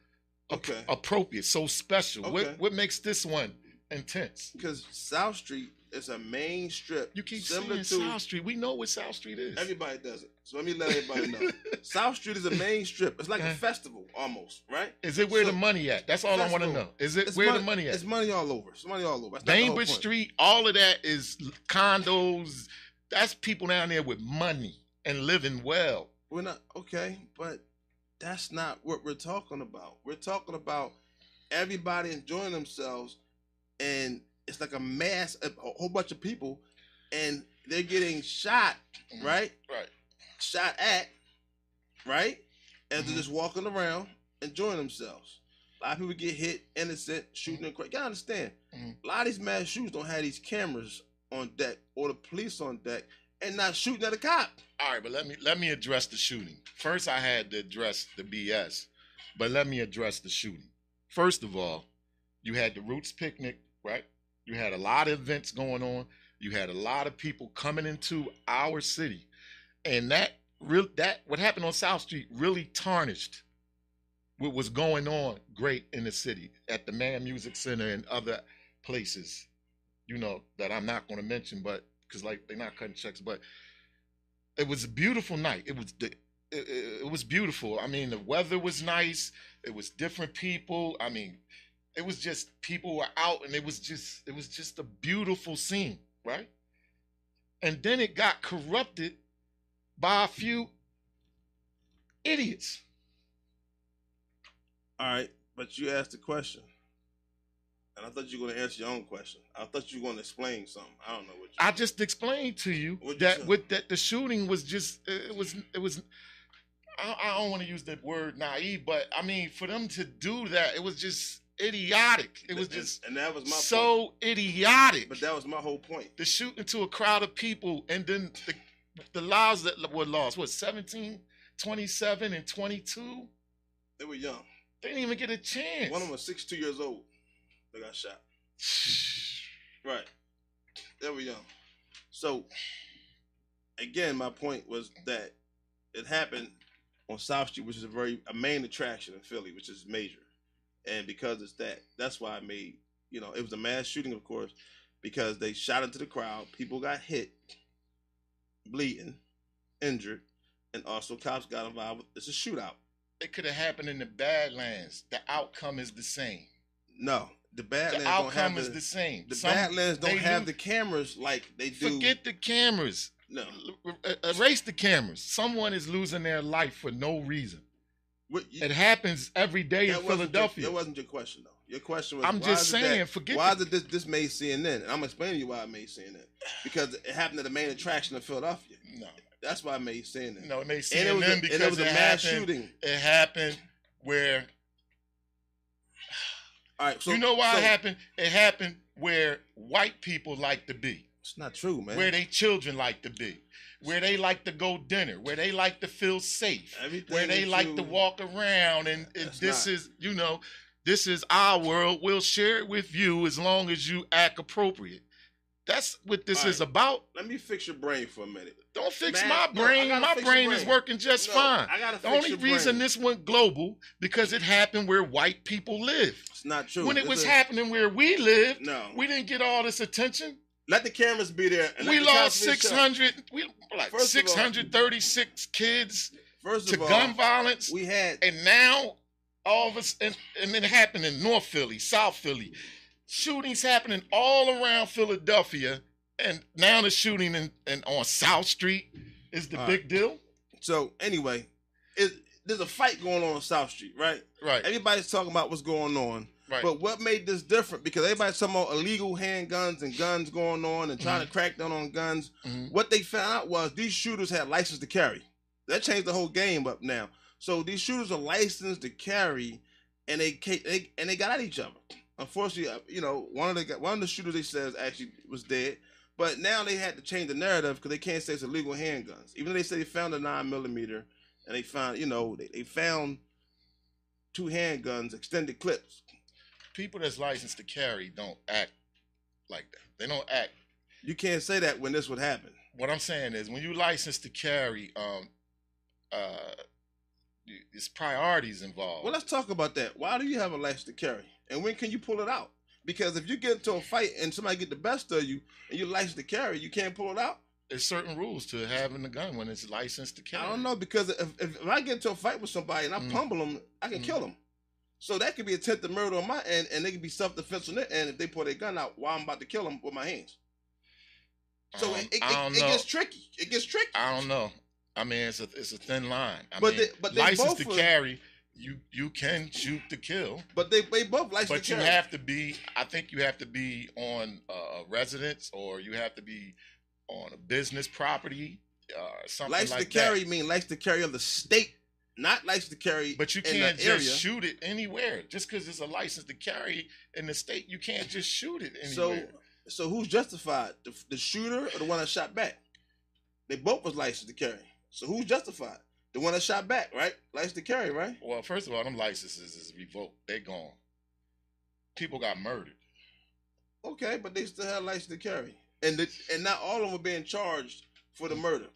D: Okay.
A: appropriate, so special?
D: Okay.
A: What, what makes this one intense?
D: Because South Street is a main strip.
A: You keep
D: similar
A: saying
D: to
A: South Street. We know what South Street is.
D: everybody does it. So let me let everybody know. South Street is a main strip. It's like a
A: Uh-huh.
D: festival almost, right?
A: is it where
D: so-
A: the money at? That's all I want to
D: Festival.
A: know. Is it where the money
D: It's
A: at?
D: money all over. It's money all over. That's not the whole
A: Bainbridge
D: point.
A: Street, all of that is condos. That's people down there with money and living well.
D: We're not okay, but that's not what we're talking about. We're talking about everybody enjoying themselves, and it's like a mass, a, a whole bunch of people, and they're getting shot,
A: Mhm.
D: right?
A: Right.
D: Shot at, right? As
A: Mhm.
D: they're just walking around enjoying themselves. A lot of people get hit, innocent, shooting. and cra You gotta understand.
A: Mhm.
D: A lot of these mass shooters don't have these cameras on deck or the police on deck, and not shooting at a cop.
A: All right, but let me let me address the shooting. First, I had to address the BS, but let me address the shooting. First of all, you had the Roots picnic, right? You had a lot of events going on. You had a lot of people coming into our city, and that real that what happened on South Street really tarnished what was going on great in the city at the Man Music Center and other places, you know that I'm not going to mention, but because like they're not cutting checks, but it was a beautiful night. It was the it, it- it was beautiful. I mean, the weather was nice. It was different people. I mean, it was just people were out, and it was just it was just a beautiful scene, right? And then it got corrupted by a few idiots.
D: All right, but you asked a question, and I thought you were going to answer your own question. I thought you were going to explain something. I don't know what. You,
A: I just explained to you
D: What'd you
A: that
D: say?
A: with that the shooting was just it was it was. I, I don't want to use that word naive, but I mean for them to do that, it was just idiotic. It was
D: And-
A: just
D: and that was my point.
A: so idiotic.
D: But that was my whole point.
A: to shoot into a crowd of people and then the, the lives that were lost, what, 17, 27, and 22?
D: They were young.
A: They didn't even get a chance.
D: One of them was 62 years old. They got shot. Right. They were young. So, again, my point was that it happened on South Street, which is a very a main attraction in Philly, which is major. And because it's that, that's why I made you know it was a mass shooting, of course, because they shot into the crowd. People got hit, bleeding, injured, and also cops got involved. It's a shootout.
A: It could have happened in the Badlands. The outcome is the same.
D: No, the Badlands
A: the
D: don't
A: outcome
D: have the,
A: is the same.
D: the
A: Some-
D: Badlands don't
A: they
D: have
A: lo-
D: the cameras like they do.
A: Forget the cameras.
D: no.
A: L- er- Erase the cameras. Someone is losing their life for no reason.
D: What, you,
A: It happens every day in
D: that wasn't
A: Philadelphia.
D: Your, that wasn't your question though. Your question was.
A: I'm
D: why
A: just
D: is it that-
A: saying, forget
D: Why
A: the-
D: did this this made CNN? And I'm explaining to you why it made CNN because it happened at the main attraction of Philadelphia.
A: no,
D: That's why it made CNN.
A: no, and they
D: and it was a,
A: CNN
D: and
A: because
D: it was a mass
A: happened,
D: shooting.
A: It happened where
D: All right, so
A: you know why
D: so-
A: it happened? It happened where white people like to be,
D: It's not true, man.
A: where they children like to be, where they like to go dinner, where they like to feel safe,
D: Everything
A: where they
D: that
A: like
D: you-
A: to walk around. And, and
D: That's
A: this
D: not-
A: is, you know, this is our world. We'll share it with you as long as you act appropriate. That's what this is
D: Right.
A: about.
D: Let me fix your brain for a minute.
A: Don't fix
D: Man,
A: my
D: no, I
A: brain.
D: gotta
A: my
D: fix your
A: brain is
D: brain.
A: working just
D: No,
A: fine.
D: I gotta
A: The
D: fix
A: only
D: your
A: reason
D: brain.
A: this went global because it happened where white people live.
D: It's not true.
A: When it
D: This
A: was
D: is-
A: happening where we lived,
D: no.
A: we didn't get all this attention.
D: let the cameras be there. And let
A: we
D: the
A: lost
D: cops be shot.
A: 600, we
D: First
A: like
D: of all-
A: 636 kids
D: First
A: to
D: of all,
A: gun violence,
D: we had
A: and now all of us, and, and it happened in North Philly, South Philly, shootings happening all around Philadelphia, and now the shooting in, and on South Street is the
D: All
A: big deal,
D: So anyway, it, there's a fight going on on South Street, right?
A: right?
D: Everybody's talking about what's going on,
A: right.
D: but what made this different? Because everybody's talking about illegal handguns and guns going on and trying to crack down on guns.
A: Mhm.
D: What they found out was these shooters had license to carry. That changed the whole game up now. So these shooters are licensed to carry, and they, ca- they and they got at each other. Unfortunately, uh, you know, one of the gu- one of the shooters they says actually was dead. But now they had to change the narrative because they can't say it's illegal handguns. Even though they say they found a nine millimeter, and they found you know they, they found two handguns, extended clips.
A: People that's licensed to carry don't act like that. They don't act
D: You can't say that when this would happen.
A: what I'm saying is when you license to carry, um, uh, y- it's priorities involved.
D: Well, let's talk about that. Why do you have a license to carry, and when can you pull it out? Because if you get into a fight and somebody get the best of you, and you're licensed to carry, you can't pull it out.
A: There's certain rules to having a gun when it's licensed to carry.
D: I don't know because if, if, if I get into a fight with somebody and I
A: Mm.
D: pummel them, I can
A: Mm.
D: kill them. So that could be attempted murder on my end, and they could be self defense on their end if they pull their gun out while I'm about to kill them with my hands. So
A: Um,
D: it, it,
A: I don't
D: it, it
A: know.
D: gets tricky. It gets tricky.
A: I don't know. I mean, it's a it's a thin line. I
D: But
A: mean,
D: they- but they
A: license
D: both
A: to
D: are-
A: carry, you you can shoot to kill,
D: But they they both licensed
A: but
D: to
A: you
D: carry.
A: have to be. I think you have to be on uh, a residence or you have to be on a business property or something
D: license
A: like
D: to
A: that.
D: carry mean license to carry of the state, not license to carry.
A: But you
D: in the
A: can't just
D: area.
A: shoot it anywhere. Just because it's a license to carry in the state, you can't just shoot it anywhere.
D: So, so who's justified? The, the shooter or the one that shot back? They both was licensed to carry. So who's justified? The one that shot back, right? Licensed to carry, right?
A: Well, first of all, them licenses is revoked. They gone. People got murdered.
D: Okay, but they still had license to carry, and the, and not all of them are being charged for the murder.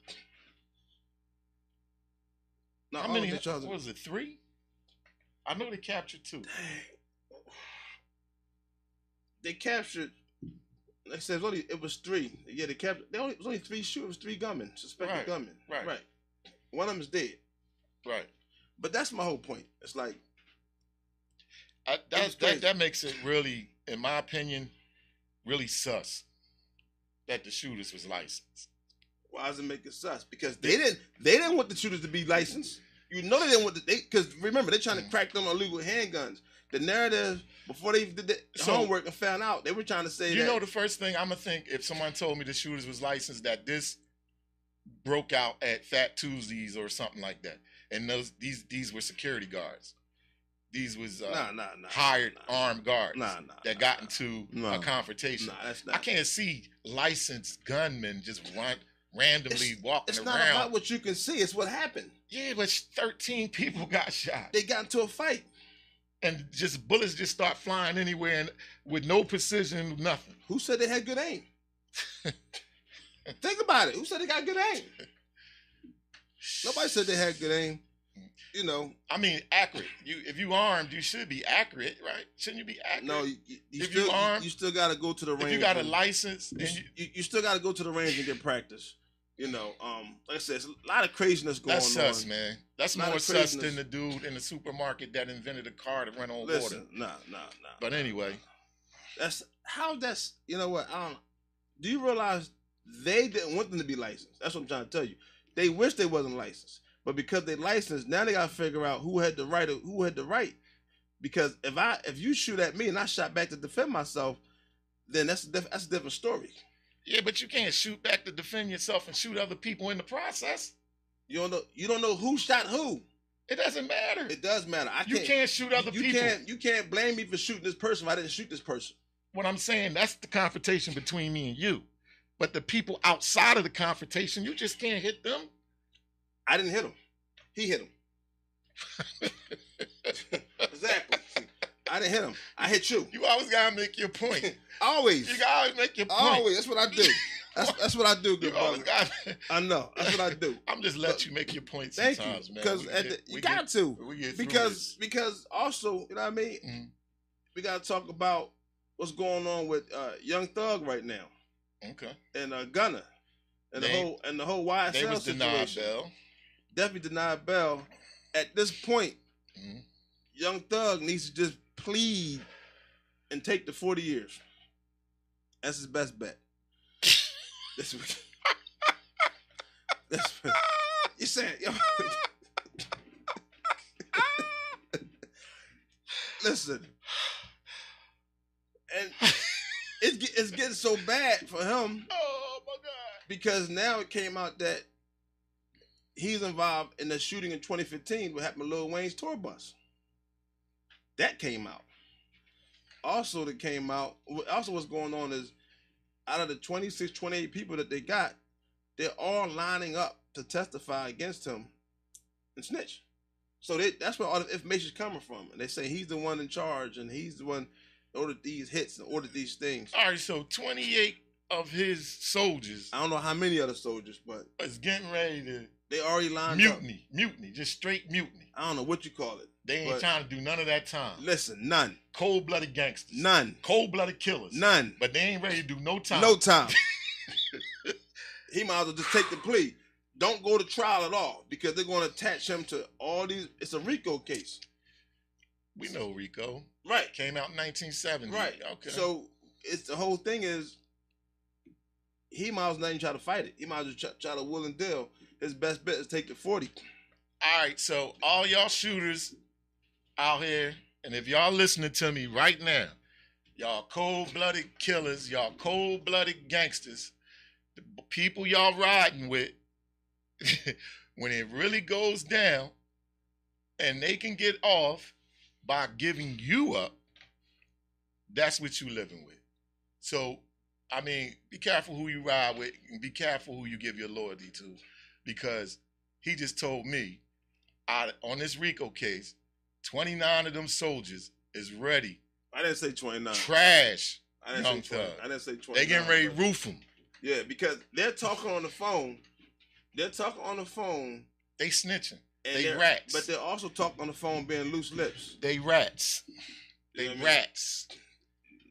D: Not
A: How
D: all
A: many?
D: of them charged.
A: What was it? Three? I know they captured two.
D: They captured. Like I said, it was, only, it was three. Yeah, they captured. They only, it was only three shooters, three gunmen, suspected
A: Right,
D: gunmen.
A: right.
D: right. One of them's dead.
A: Right.
D: But that's my whole point. It's like
A: I,
D: was
A: that,
D: crazy.
A: that that makes it really, in my opinion, really sus that the shooters was licensed.
D: Why does it make it sus? Because they didn't they didn't want the shooters to be licensed. You know they didn't want the, they because remember they're
A: Mm.
D: trying to crack them on illegal handguns. The narrative before they did the
A: So-
D: homework and found out they were trying to say
A: You
D: that
A: know, the first thing I'm gonna think if someone told me the shooters was licensed, that this broke out at Fat Tuesdays or something like that, and those these these were security guards. These was uh,
D: nah nah nah
A: hired
D: nah,
A: armed guards
D: nah, nah,
A: that
D: nah,
A: got
D: nah.
A: into
D: Nah.
A: a confrontation.
D: nah that's not
A: I can't see licensed gunmen just run randomly walking
D: It's
A: around.
D: not about what you can see. It's what happened.
A: yeah, but 13 people got shot.
D: They got into a fight.
A: and just bullets just start flying anywhere and with no precision, nothing.
D: Who said they had good aim? Think about it. Who said they got good aim? Nobody said they had good aim. You know,
A: I mean, accurate. You if you armed, you should be accurate, right? Shouldn't you be accurate?
D: no, you, you, you
A: If you
D: still you,
A: armed-
D: you still got to go to the range.
A: if you got a
D: and-
A: license and
D: you,
A: you,
D: you, you still got to go to the range and get practice. You know, um, like I said, it's a lot of craziness going
A: that's
D: on.
A: sus, man. That's
D: Lot
A: more
D: of
A: sus
D: craziness.
A: than the dude in the supermarket that invented a car to run on water.
D: Listen, nah, nah, nah.
A: But anyway,
D: that's how that's you know what I don't. Do you realize they didn't want them to be licensed? That's what I'm trying to tell you. They wish they wasn't licensed, but because they licensed, now they got to figure out who had the right. Or who had the right? Because if I if you shoot at me and I shot back to defend myself, then that's a diff- that's a different story.
A: yeah, but you can't shoot back to defend yourself and shoot other people in the process.
D: You don't know you don't know who shot who.
A: It doesn't matter.
D: It does matter. I
A: you
D: can't
A: can't shoot other
D: you
A: people.
D: can't you can't blame me for shooting this person. If I didn't shoot this person.
A: What I'm saying, that's the confrontation between me and you. But the people outside of the confrontation, you just can't hit them.
D: I didn't hit him. He hit him. exactly. I didn't hit him. I hit you.
A: You always gotta make your point. You
D: Always.
A: gotta always make your point.
D: Always. That's what I do. That's, that's what I do, good
A: you always
D: brother.
A: gotta.
D: I know. That's what I do.
A: I'm just let you make your point
D: Thank
A: sometimes,
D: you.
A: man.
D: Because
A: We
D: you,
A: get- we
D: you got to.
A: get- we get through
D: Because because also, you know what I mean?
A: Mhm.
D: We got to talk about what's going on with uh, Young Thug right now
A: this. okay,
D: and uh, Gunna and
A: They-
D: the whole and the whole YSL
A: they was denied
D: situation.
A: bail.
D: definitely denied bail. At this point,
A: Mhm.
D: Young Thug needs to just plead and take the forty years. That's his best bet. That's what. That's what you said. Yo. Listen, and it's get- it's getting so bad for him
A: Oh my god!
D: because now it came out that he's involved in the shooting in 2015 what happened to Lil Wayne's tour bus. That came out. Also, that came out. what- Also, what's going on is out of the 26, 28 people that they got, they're all lining up to testify against him and snitch. So they, that's where all the information's coming from. And they say he's the one in charge and he's the one that ordered these hits and ordered these things.
A: All right, so 28 of his soldiers
D: I don't know how many other soldiers, but
A: is getting ready to
D: they already lined up.
A: mutiny, mutiny, just straight mutiny.
D: I don't know what you call it.
A: They ain't
D: But-
A: trying to do none of that time.
D: Listen, none,
A: Cold blooded gangsters,
D: none,
A: cold blooded killers,
D: none,
A: but they ain't ready to do no time.
D: no time. he might as well just take the plea. Don't go to trial at all because they're going to attach him to all these. It's a RICO case,
A: we know Rico
D: right?
A: came out in 1970.
D: Right. Mm-hmm.
A: Okay.
D: So it's the whole thing is he might as well not even try to fight it. He might as well try, try to will and deal. His best bet is take the forty.
A: All right, so all y'all shooters out here, and if y'all listening to me right now, y'all cold-blooded killers, y'all cold-blooded gangsters, the b- people y'all riding with, when it really goes down, and they can get off by giving you up, that's what you living with. So I mean, be careful who you ride with. and Be careful who you give your loyalty to, because he just told me, I, on this Rico case, 29 of them soldiers is ready.
D: I didn't say 29.
A: Trash.
D: I didn't
A: Young
D: say 20.
A: Thug.
D: I didn't say 29.
A: They getting ready to
D: but-
A: roof him.
D: Yeah, because they're talking on the phone. They're talking on the phone.
A: They snitching.
D: And
A: They
D: they're-
A: rats.
D: But they're also talking on the phone being loose lips.
A: They rats.
D: You
A: They
D: know what I mean?
A: rats.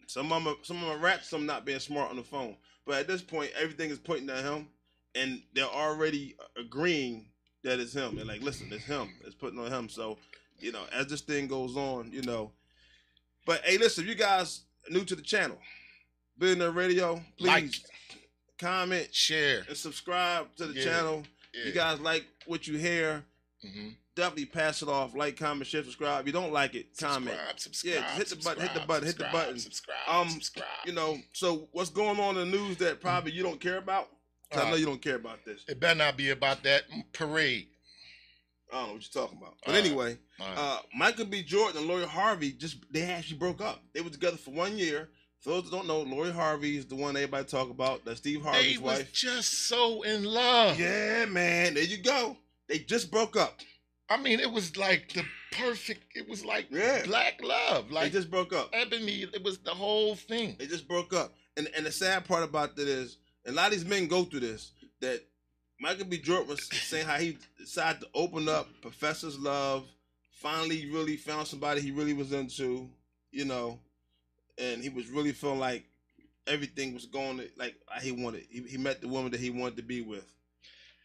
D: Some of them, some of them rap, some not being smart on the phone. But at this point, everything is pointing at him, and they're already agreeing that it's him. They're like, "Listen, it's him. It's putting on him." So, you know, as this thing goes on, you know. But hey, listen, if you guys new to the channel, Billionaire Radio, please
A: Like.
D: comment
A: Share.
D: and subscribe to the
A: Yeah.
D: channel.
A: Yeah.
D: You guys like what you hear?
A: Mhm.
D: Definitely pass it off. Like, comment, share, subscribe. If you don't like it, comment.
A: Subscribe, subscribe.
D: Yeah, just hit the button, hit the
A: subscribe,
D: button, hit the
A: subscribe,
D: button.
A: Subscribe.
D: Um,
A: subscribe.
D: you know, so what's going on in the news that probably you don't care about? 'Cause I know you don't care about this.
A: it better not be about that parade.
D: I don't know what you're talking about. But
A: Uh,
D: anyway,
A: Uh,
D: uh, Michael B. Jordan and Lori Harvey just they actually broke up. They were together for one year. For those that don't know, Lori Harvey is the one everybody talk about. That's Steve
A: they
D: Harvey's
A: was
D: wife.
A: just so in love.
D: Yeah, man. There you go. They just broke up.
A: I mean, it was like the perfect. It was like
D: Yeah.
A: black love, like
D: they just broke up.
A: ebony. It was the whole thing.
D: They just broke up. And and the sad part about that is, and a lot of these men go through this, that Michael B. Jordan was saying how he decided to open up, professor's love, finally really found somebody he really was into, you know, and he was really feeling like everything was going to, like he wanted. He, he met the woman that he wanted to be with.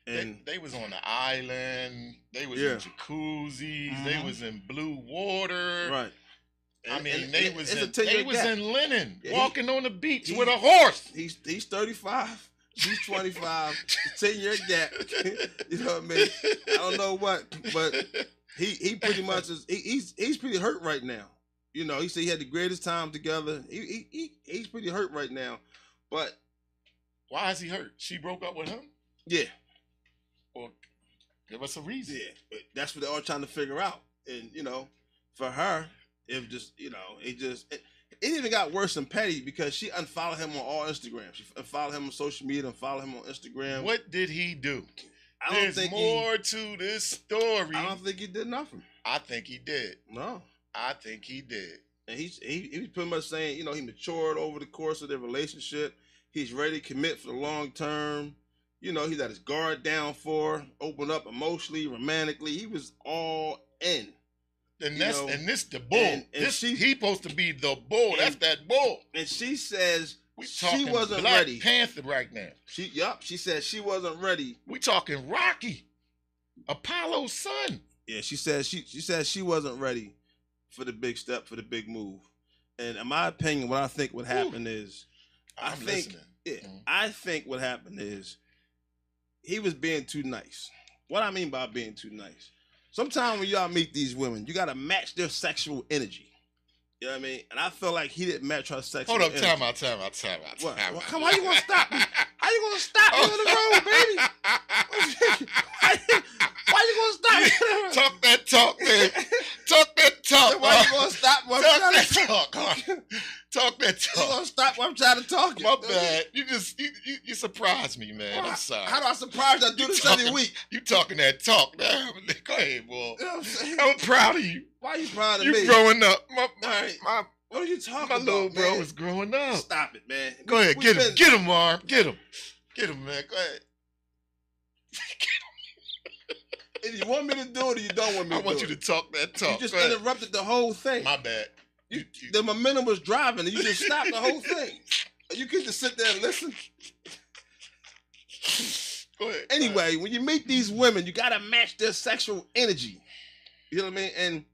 D: And
A: They, they was on the island. They was
D: Yeah.
A: in jacuzzis. They
D: Mhm.
A: was in blue water.
D: right.
A: I
D: And-
A: mean,
D: and-
A: they
D: and
A: was
D: it's a
A: in,
D: 10-year
A: they was
D: gap.
A: in linen,
D: Yeah, he-
A: walking on the beach
D: he-
A: with a horse.
D: He's he's 35. She's 25. It's a 10 year gap. you know what I mean? I don't know what, but he he pretty much is he, he's he's pretty hurt right now. You know, he said he had the greatest time together. He, he, he he's pretty hurt right now, but
A: Why is he hurt? She broke up with him.
D: yeah,
A: Give us a reason.
D: yeah, but that's what they're all trying to figure out. And you know, for her, if just you know, it just it, it even got worse than Petty because she unfollowed him on all Instagram. She unfollowed him on social media and followed him on Instagram.
A: What did he do?
D: I don't
A: There's
D: think
A: more to this story.
D: He, I don't think he did nothing.
A: I think he did.
D: No.
A: I think he did.
D: And he's he, he was pretty much saying, you know, he matured over the course of their relationship. He's ready to commit for the long term. You know, he's at his guard down for, open up emotionally, romantically. He was all in.
A: And
D: You
A: that's
D: know,
A: and this the bull.
D: and- and
A: this
D: she-
A: he supposed to be the bull.
D: and-
A: that's that bull.
D: And she says
A: We talking
D: she wasn't
A: Black
D: ready.
A: Panther right now.
D: She yup, she said she wasn't ready.
A: We talking Rocky, Apollo's son.
D: Yeah, she said she she said she wasn't ready for the big step, for the big move. And in my opinion, what I think would happen is I
A: I'm
D: think-
A: listening.
D: Yeah,
A: Mhm.
D: I think what happened is he was being too nice. What I mean by being too nice, sometimes when y'all meet these women, you gotta match their sexual energy. You know what I mean? And I feel like he didn't match her sexual.
A: Hold up,
D: energy.
A: time out, time out, time out.
D: What?
A: Time
D: Well,
A: out.
D: come on, you gonna stop me? How you gonna stop me
A: Oh.
D: on the road, baby? Why you gonna stop
A: talk that talk, man.
D: me?
A: Talk that talk.
D: Why you
A: man.
D: gonna stop me? I'm
A: Talk
D: trying
A: that
D: to
A: talk. huh? Talk that
D: you
A: talk.
D: gonna stop when I'm trying to talk. you.
A: My bad. You just you, you, you surprised me, man. I'm sorry.
D: How do I surprise you? I do this every
A: Talking-
D: week.
A: You talking that talk, man. Go ahead, boy.
D: You know what I'm saying?
A: I'm proud of you.
D: Why you proud of
A: You
D: me?
A: growing up. My,
D: Alright.
A: my,
D: What are you talking
A: my
D: about,
A: little bro
D: man?
A: is growing up.
D: Stop it, man.
A: Mm. Go ahead,
D: we
A: get him,
D: been-
A: get him, Arm, get him, get him, man. Go ahead.
D: Either you want me to do it or you don't want me
A: I
D: to
A: want
D: do
A: you to
D: it.
A: talk that talk.
D: You just
A: Go ahead.
D: interrupted the whole thing.
A: My bad.
D: You-
A: you-
D: the momentum was driving and you just stopped the whole thing. You could just sit there and listen.
A: Go ahead.
D: Anyway, when you meet these women, you gotta match their sexual energy. You know what I mean? And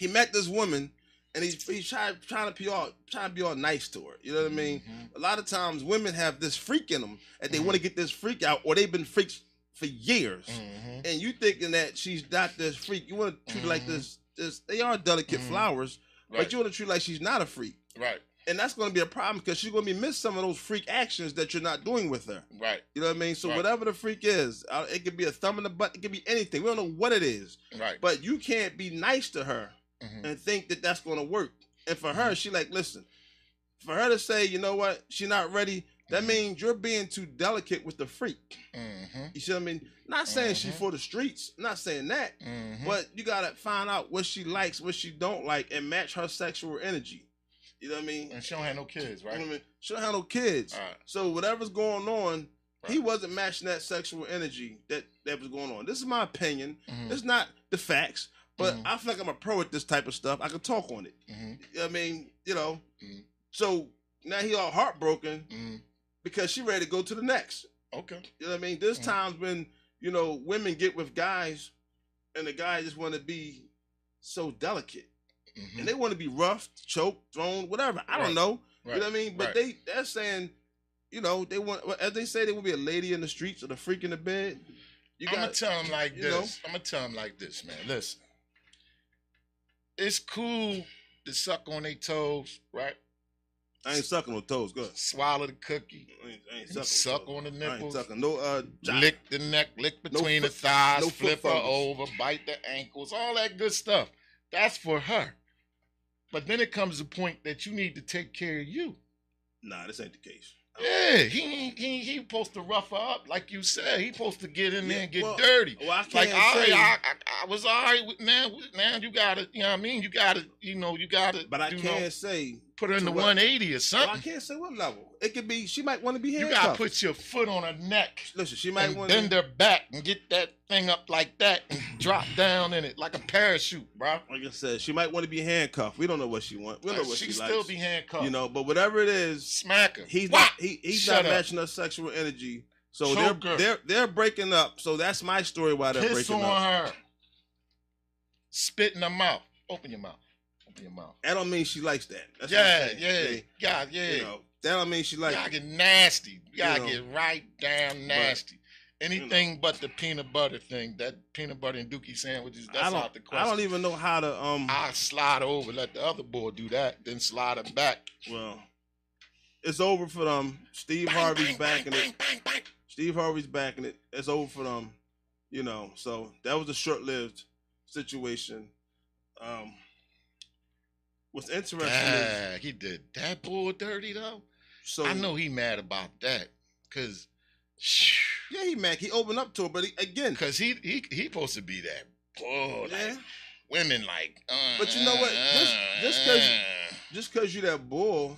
D: he met this woman and he's he's trying trying to be all trying to be all nice to her. You know what I mean?
A: Mhm.
D: A lot of times women have this freak in them and they
A: Mhm.
D: want to get this freak out or they've been freaks for years.
A: Mhm.
D: and you thinking that she's not this freak. You want to treat her like
A: Mhm.
D: this. This they are delicate
A: Mhm.
D: flowers,
A: Right,
D: but you want to treat like she's not a freak,
A: right,
D: and that's going to be a problem because she's going to be miss some of those freak actions that you're not doing with her.
A: right,
D: You know what I mean? So
A: Right.
D: whatever the freak is, uh, it could be a thumb in the butt, it could be anything. We don't know what it is,
A: right.
D: but you can't be nice to her
A: Mhm.
D: and think that that's going to work. And for her, she like, listen, for her to say, you know what, she's not ready, that means you're being too delicate with the freak.
A: Mm-hmm.
D: You see what I mean? Not saying she
A: Mhm.
D: for the streets, not saying that,
A: Mm-hmm.
D: but you gotta find out what she likes, what she don't like, and match her sexual energy. You know what I mean?
A: and she don't have no kids, right?
D: You know what I mean? She don't have no kids.
A: All right.
D: So whatever's going on, he
A: Right.
D: wasn't matching that sexual energy that that was going on. This is my opinion.
A: Mhm.
D: It's not the facts, but
A: Mhm.
D: I feel like I'm a pro at this type of stuff. I can talk on it.
A: Mhm.
D: I mean, you know.
A: Mhm.
D: So now he all heartbroken
A: Mhm.
D: because she ready to go to the next.
A: Okay.
D: You know what I mean? There's
A: Mhm.
D: times when you know women get with guys, and the guys just want to be so delicate,
A: Mhm.
D: and they want to be roughed, choked, thrown, whatever. I
A: Right.
D: don't know.
A: Right.
D: You know what I mean? But
A: Right.
D: they they're saying, you know, they want well, as they say they will be a lady in the streets or the freak in the bed. You
A: I'm gonna
D: got
A: tell him like
D: you know?
A: this. I'm gonna tell him like this, man. Listen, it's cool to suck on their toes, right?
D: I ain't sucking no toes, good.
A: Swallow the cookie,
D: I ain't, I ain't sucking
A: suck
D: no
A: on the
D: toes. I ain't
A: nipples,
D: sucking no uh jock.
A: lick the neck, lick between
D: foot-
A: the thighs,
D: no foot
A: flip her
D: fungus.
A: over, bite the ankles, all that good stuff. That's for her. But then it comes a point that you need to take care of you.
D: Nah, this ain't the case.
A: Yeah, he ain't- he he supposed to rough her up, like you said. He supposed to get in there and get
D: Yeah, well,
A: dirty.
D: Well, I can't
A: Like I,
D: say,
A: I, I, I was all right with now. Now you gotta, you know what I mean? You gotta, you know, you gotta.
D: but I
A: you
D: can't
A: know,
D: say.
A: put her in
D: to
A: the
D: what-
A: 180 or
D: Well, I
A: something.
D: can't say what level. It could be she might want to be
A: you
D: handcuffed.
A: gotta put your foot on her neck
D: Listen, she might
A: and
D: want
A: bend
D: to.
A: her back and get that thing up like that and drop down in it like a parachute, bro.
D: Like I said, she might want to be handcuffed. We don't know what she wants. We don't know what
A: she,
D: she,
A: can
D: likes.
A: still be handcuffed.
D: you know, but whatever it is,
A: smack her.
D: He's
A: Whack!
D: not he, he's
A: Shut
D: not
A: up.
D: matching her sexual energy. So
A: Choke
D: they're
A: her.
D: they're they're breaking up. So that's my story why they're
A: piss on
D: breaking up.
A: her, spit in her mouth. Open your mouth. Open your mouth.
D: That don't mean she likes that. That's what
A: yeah,
D: I'm saying.
A: yeah, God, yeah.
D: They- You know, that don't mean she likes
A: gotta
D: it.
A: get nasty. You gotta
D: You know.
A: get right down nasty.
D: know.
A: Anything but the peanut butter thing. That peanut butter and dookie sandwiches. That's
D: I don't
A: out the question.
D: I don't even know how to um
A: I slide over, let the other boy do that, then slide him back.
D: well it's over for them. Steve Harvey's backing it. Steve Harvey's backing it. It's over for them. You know, so that was a short lived situation. Um what's interesting is
A: Ah, he did that boy dirty though.
D: so
A: I know he mad about that, cause,
D: Yeah, he mad. He opened up to her, but he, again,
A: cause he he he supposed to be that boy. Like,
D: yeah,
A: Women like, uh,
D: But you know what? Just- just 'cause-
A: uh,
D: just cause you that bull,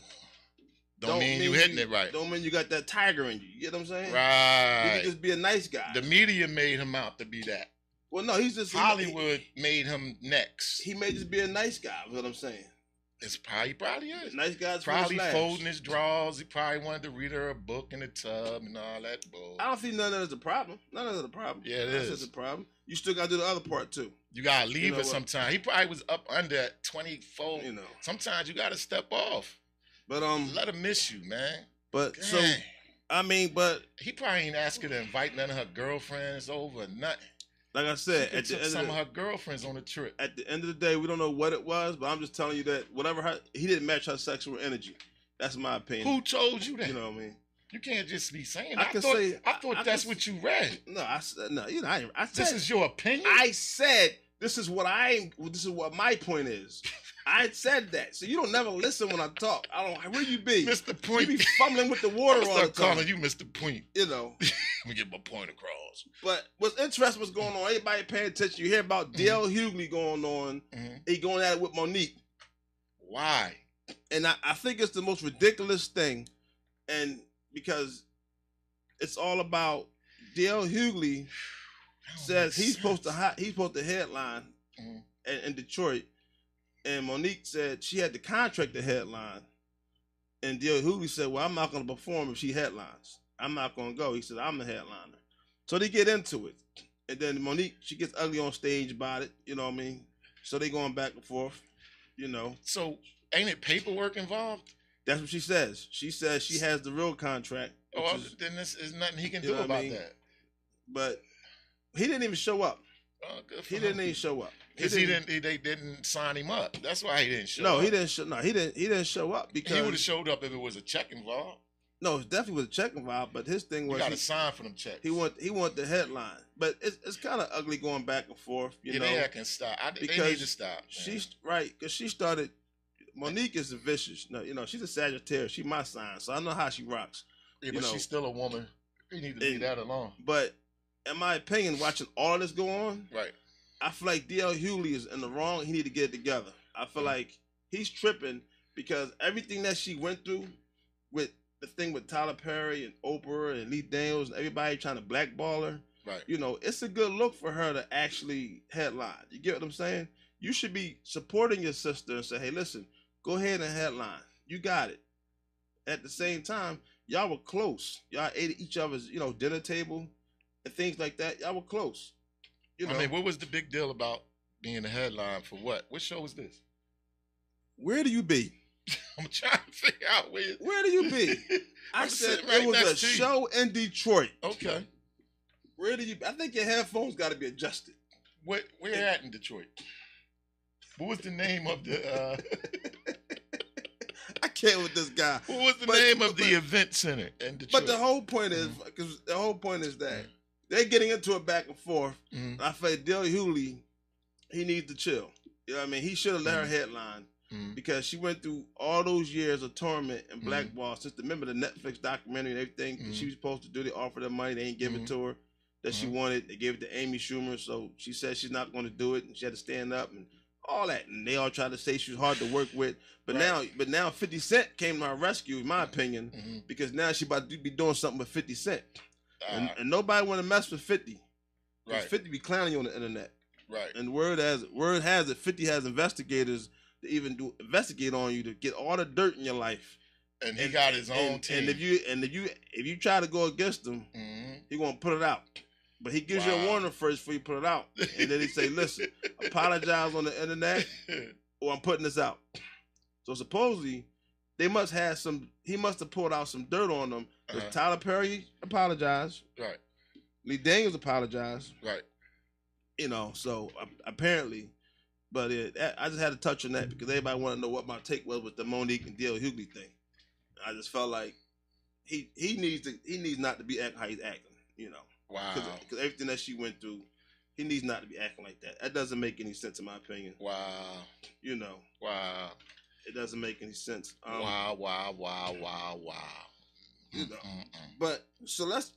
A: don't, mean, you hitting it right,
D: Don't mean you got that tiger in you. You get what I'm saying? You
A: right?
D: can just be a nice guy.
A: The media made him out to be that.
D: well, no, he's just
A: Hollywood made him next.
D: He, he may just be a nice guy. Is what I'm saying.
A: It's probably probably is.
D: Nice guys
A: Probably
D: for
A: folding his drawers. He probably wanted to read her a book in the tub and all that bull.
D: I don't think none of that's a problem. None of that's a problem.
A: Yeah, it
D: None of
A: is.
D: that's a problem. You still got to do the other part too.
A: You gotta leave
D: You know
A: her
D: what?
A: sometime. He probably was up under at 24.
D: You know,
A: Sometimes you gotta step off.
D: but um,
A: Let her miss you, man.
D: but so
A: Dang.
D: I mean, but
A: he probably ain't asking to invite none of her girlfriends over or nothing.
D: like I said,
A: He
D: at the
A: took
D: end of
A: some
D: the-
A: of her girlfriends on a trip.
D: at the end of the day, we don't know what it was, but I'm just telling you that whatever her, he didn't match her sexual energy. That's my opinion.
A: Who told you that?
D: You
A: You,
D: know what I mean?
A: can't just be saying.
D: I
A: I,
D: can
A: thought,
D: say-
A: I thought
D: I
A: that's
D: can-
A: what you read.
D: No, I said no. You know, I, I said
A: This is your opinion.
D: I said this is what I this is what my point is. I said that, so you don't never listen when I talk. I don't. Where you be?
A: Mr.
D: You
A: Point.
D: be fumbling with the
A: I'm
D: water
A: gonna
D: all the
A: start
D: time.
A: calling you Mr. Point.
D: You know.
A: Let me get my point across.
D: But what's interesting? What's going on? Everybody paying attention. You hear about Dale Hughley going on? He going at it with Monique.
A: Why?
D: and I, I think it's the most ridiculous thing, and because it's all about Dale Hughley
A: That don't
D: says
A: make
D: he's supposed to
A: sense.
D: hi- he's supposed to headline
A: Mhm.
D: in, in Detroit, and Monique said she had the contract to headline, and Dale Hughley said, "Well, I'm not going to perform if she headlines. I'm not going to go." He said, "I'm the headliner," so they get into it, and then Monique she gets ugly on stage about it. You know what I mean? So they going back and forth. You know,
A: So ain't it paperwork involved?
D: That's what she says. She says she has the real contract, which
A: Well,
D: is-
A: Oh, then this is nothing he can
D: you
A: do
D: know what I
A: about
D: mean?
A: that.
D: but he didn't even show up.
A: Oh, good for
D: He
A: him.
D: didn't even show up.
A: Cause he didn't. He, they didn't sign him up. That's why he didn't show.
D: no,
A: up.
D: he didn't. Show, no, he didn't. He didn't show up because
A: He would have showed up if it was a check involved.
D: no, it definitely was a check involved. But his thing
A: You
D: was
A: got
D: he,
A: to sign for them checks.
D: he want he want the headline. But it's it's kind of ugly going back and forth. You
A: yeah,
D: know,
A: they can stop. I, they need
D: because
A: to stop. man.
D: she's right because she started Monique is vicious. No, you know she's a Sagittarius. She my sign, so I know how she rocks.
A: Yeah,
D: you
A: but
D: know.
A: she's still a woman. You need to leave
D: And-
A: that alone.
D: But in my opinion, watching all this go on,
A: Right.
D: I feel like DL Hewley is in the wrong. He need to get it together. I feel
A: Mhm.
D: like he's tripping because everything that she went through with the thing with Tyler Perry and Oprah and Lee Daniels and everybody trying to blackball her,
A: Right.
D: you know, it's a good look for her to actually headline. You get what I'm saying? You should be supporting your sister and say, hey, listen, go ahead and headline. You got it. At the same time, y'all were close. Y'all ate at each other's, you know, dinner table and things like that. Y'all were close. You know,
A: I mean, what was the big deal about being the headline for what? What show was this?
D: where do you be?
A: I'm trying to figure out where.
D: Where do you be? I
A: I'm
D: said
A: sitting right
D: it was a
A: next to you.
D: show in Detroit.
A: Okay.
D: Where do you? I think your headphones got to be adjusted.
A: What? Where at in Detroit? What was the name of the? Uh,
B: I can't with this guy.
A: what was the
B: But-
A: name of the
B: but-
A: event center in Detroit?
D: But the whole point is, because the whole point is that they're getting into it back and forth.
A: Mhm.
D: I feel Dale Hewley, he needs to chill. You know what I mean? He should have let her headline
A: Mhm.
D: because she went through all those years of torment and
A: Mhm.
D: blackball since the remember the Netflix documentary and everything that she was supposed to do. They offered her money, they ain't give it
A: Mhm.
D: to her that she
A: Mhm.
D: wanted. They gave it to Amy Schumer, so she said she's not going to do it, and she had to stand up and all that. And they all tried to say she was hard to work with, but
A: Right.
D: now, but now Fifty Cent came to her rescue, in my opinion,
A: Mhm.
D: because now she about to be doing something with Fifty Cent, and,
A: Ah,
D: and nobody want to mess with Fifty. 'Cause
A: right.
D: Fifty be clowning you on the internet
A: Right.
D: and word has word has it 50 has investigators to even do investigate on you to get all the dirt in your life
A: And he got his own
D: and,
A: team.
D: and if you and if you if you try to go against him
A: Mhm.
D: he gonna put it out but he gives you a
A: Wow.
D: warning first before you put it out and then he say listen apologize on the internet or i'm putting this out so supposedly they must have some he must have pulled out some dirt on them 'Cause
A: Uh-huh.
D: tyler perry apologized
A: Right.
D: lee daniels apologized
A: Right.
D: you know. So uh, apparently, but it, that- I just had to touch on that because everybody wanted to know what my take was with the Monique and Dale Hughley thing. I just felt like he he needs to he needs not to be acting how he's acting, you know, because
A: Wow.
D: everything that she went through, he needs not to be acting like that. That doesn't make any sense in my opinion,
A: Wow.
D: you know.
A: Wow.
D: It doesn't make any sense. Um,
A: wow. Wow. Wow. Wow. Wow.
D: You know.
A: Mm-mm-mm.
D: But so let's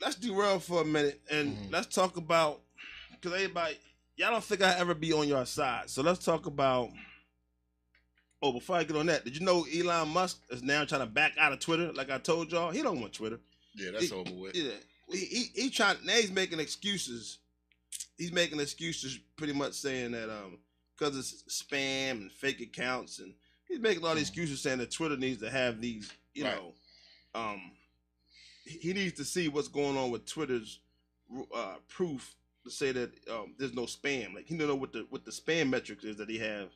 D: let's derail for a minute and
A: Mhm.
D: let's talk about because everybody y'all don't think I ever be on your side. So let's talk about. Oh, before I get on that, did you know Elon Musk is now trying to back out of Twitter? Like I told y'all, he don't want Twitter.
A: Yeah, that's
D: It-
A: over with.
D: Yeah, he he, he trying now. He's making excuses. He's making excuses, pretty much saying that um because it's spam and fake accounts, and he's making all these
A: Mhm.
D: excuses saying that Twitter needs to have these, you
A: Right.
D: know, um he he needs to see what's going on with Twitter's uh, proof to say that um, there's no spam. Like he don't know what the what the spam metrics is that he have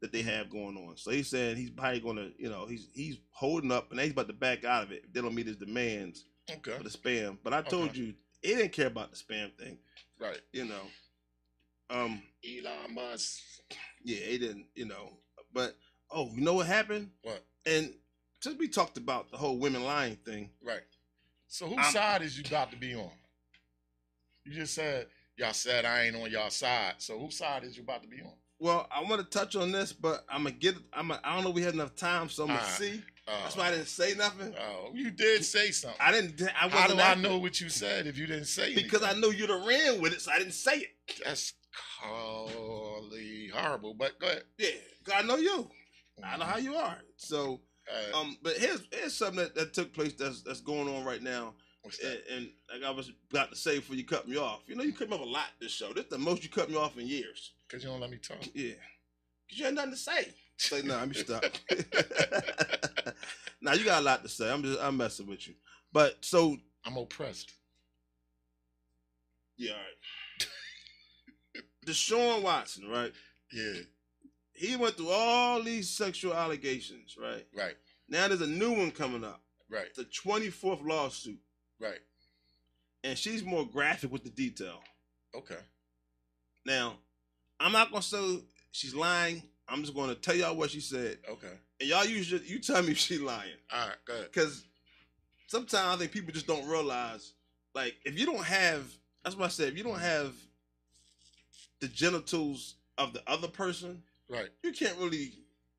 D: that they have going on. So he's saying he's probably gonna, you know, he's he's holding up and now he's about to back out of it if they don't meet his demands
A: Okay.
D: for the spam. But I told
A: Okay.
D: you, he didn't care about the spam thing,
A: Right.
D: you know. Um,
A: Elon Musk.
D: yeah, he didn't, you know. But oh, you know what happened?
A: What?
D: And since we talked about the whole women lying thing,
A: Right. So whose
D: I'm-
A: side is you got to be on? You just said y'all said I ain't on y'all side. So whose side is you about to be on?
D: well, I want to touch on this, but I'm gonna get, I'm, gonna, I don't know, if we had enough time, so I'm gonna
A: All right.
D: see.
A: Oh,
D: That's why I didn't say nothing.
A: oh, you did say something.
D: I didn't. I wasn't
A: How do I
D: active
A: know what you said if you didn't say anything?
D: Because I know you'd have ran with it, so I didn't say it.
A: that's holy horrible. But go ahead.
D: Yeah, 'cause I know you. I know how you are. So,
A: Uh,
D: um, but here's here's something that, that took place that's that's going on right now.
A: what's
D: and,
A: that?
D: and like I was about to say before you cut me off, you know you cut me off a lot this show. This the most you cut me off in years.
A: Cause you don't let me talk.
D: Yeah, cause you had nothing to say. It's like, nah, let me stop. now you got a lot to say. I'm just I'm messing with you. But so
A: I'm oppressed.
D: yeah, all right. Deshaun Watson, right?
A: Yeah.
D: He went through all these sexual allegations, right?
A: Right.
D: Now there's a new one coming up,
A: Right.
D: the 24th lawsuit,
A: Right.
D: and she's more graphic with the detail.
A: Okay.
D: Now, I'm not gonna say she's lying. I'm just gonna tell y'all what she said,
A: Okay.
D: and y'all use your, you tell me if she lying.
A: All right. Go ahead.
D: Cause sometimes I think people just don't realize, like, if you don't have, that's what I said. If you don't have the genitals of the other person,
A: Right.
D: you can't really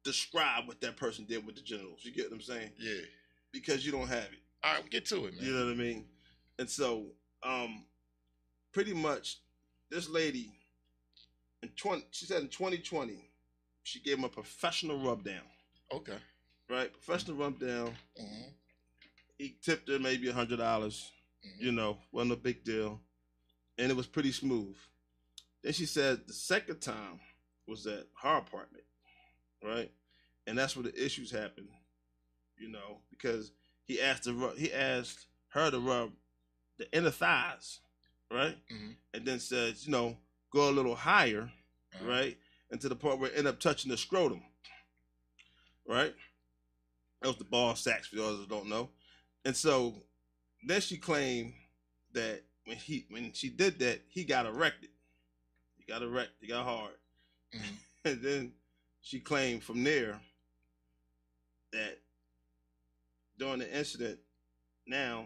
D: describe what that person did with the genitals. You get what I'm saying?
A: Yeah.
D: Because you don't have it.
A: All right, get to it, man.
D: You know what I mean? And so, um, pretty much, this lady in twenty, she said in 2020, she gave him a professional rub down,
A: Okay.
D: right? Professional rub down.
A: Mhm.
D: He tipped her maybe a hundred dollars.
A: Mhm.
D: You know, wasn't a big deal, and it was pretty smooth. Then she said the second time was at her apartment, right? And that's where the issues happened. You know, because he asked to rub, he asked her to rub the inner thighs, right?
A: Mhm.
D: And then said, you know, go a little higher,
A: Uh-huh.
D: right? And to the point where it ended up touching the scrotum, right? That was the ball sacks for those that don't know. And so then she claimed that when he when she did that, he got erected. He got erect. He got hard.
A: Mhm.
D: And then she claimed from there that during the incident, now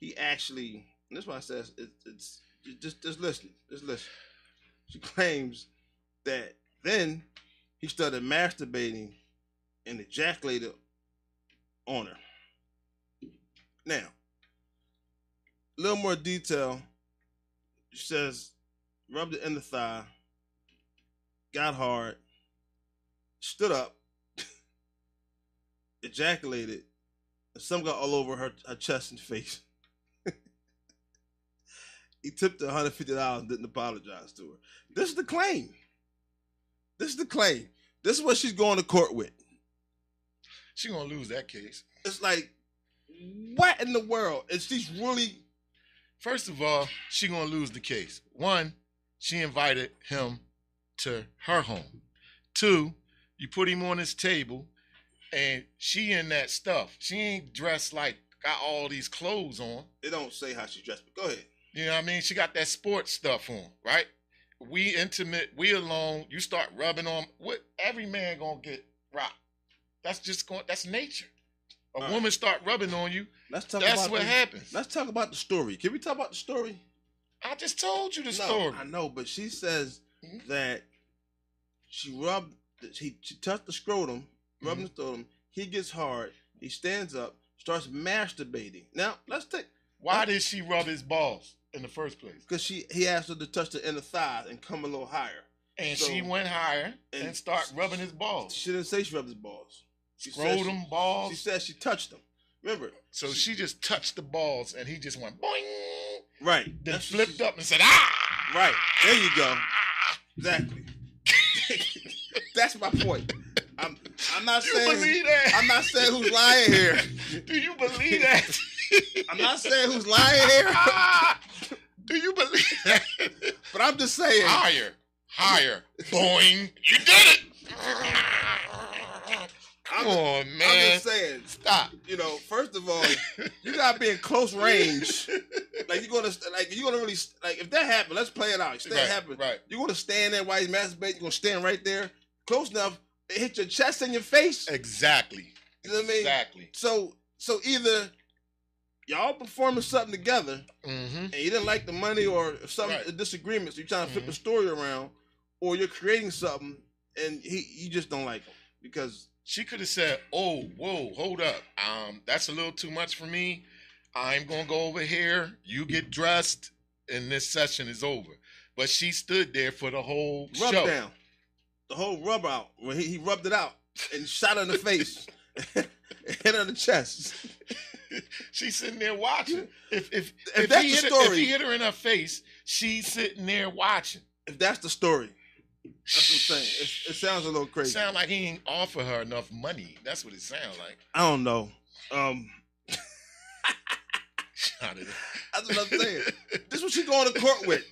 D: he actually. And that's why I says it, it's just just listen, just listen. She claims that then he started masturbating and ejaculated on her. Now, a little more detail. She says, rubbed it in the thigh, got hard, stood up, ejaculated, and some got all over her, her chest and face. he tipped her $150 and didn't apologize to her. This is the claim. This is the claim. This is what she's going to court with.
A: She gonna lose that case.
D: It's like, what in the world? And she's really
A: First of all, she gonna lose the case. One, she invited him to her home. Two, you put him on his table, and she in that stuff. She ain't dressed like got all these clothes on.
D: It don't say how she dressed, but go ahead.
A: You know what I mean? She got that sports stuff on, right? We intimate, we alone. You start rubbing on what every man gonna get rocked. That's just going. That's nature. A
D: All right.
A: woman start rubbing on you.
D: Let's talk
A: That's
D: about
A: what
D: the,
A: happens.
D: Let's talk about the story. Can we talk about the story?
A: I just told you the
D: no,
A: story.
D: I know, but she says
A: Mhm.
D: that she rubbed, that she, she touched the scrotum, rubbing
A: Mm-hmm.
D: the scrotum. He gets hard. He stands up, starts masturbating. Now let's take
A: Why did she rub his balls in the first place?
D: because she he asked her to touch the inner thighs and come a little higher.
A: And
D: So-
A: she went higher and,
D: and-
A: start rubbing his balls.
D: She didn't say she rubbed his balls. She said
A: Scrotum
D: She
A: balls.
D: said she touched them. Remember?
A: so she just touched the balls and he just went boing.
D: Right.
A: Then
D: That's what
A: flipped
D: she-
A: up and said, ah!
D: Right. There you go. Exactly. That's my point. I'm I'm not
A: You
D: saying
A: believe that?
D: I'm not saying who's lying here.
A: Do you believe that?
D: I'm not saying who's lying here,
A: Ah! Do you believe that?
D: but I'm just saying
A: Higher. Higher. Boing. You did it. Come
D: I'm,
A: on,
D: I'm
A: man.
D: just saying,
A: Stop.
D: you know, first of all, you gotta be in close range. Like you're gonna like you're gonna really like if that happened, let's play it out. If that
A: right,
D: happened,
A: right.
D: you're gonna stand there while he's masturbating, you're gonna stand right there, close enough, it hit your chest and your face.
A: Exactly.
D: You know what I mean?
A: Exactly.
D: So so either y'all performing something together
A: Mm-hmm.
D: and you didn't like the money or some
A: Right.
D: a disagreement, so you're trying to flip
A: Mhm.
D: the story around, or you're creating something and he you just don't like him because
A: She could have said, "Oh, whoa, hold up. Um, that's a little too much for me. I'm gonna go over here. You get dressed, and this session is over." But she stood there for the whole
D: rub
A: show.
D: down, the whole rub out where he, he rubbed it out and shot her in the face, hit her in the chest.
A: She's sitting there watching. If if
D: If
A: if,
D: that's
A: he
D: the
A: hit her, if
D: story-
A: he hit her in her face, she's sitting there watching.
D: If that's the story, that's what I'm saying. It, it sounds a little crazy.
A: Sound like he ain't offer her enough money. That's what it sound like.
D: I don't know. Um,
A: Shout it.
D: that's what I'm saying. this is what she's going to court with.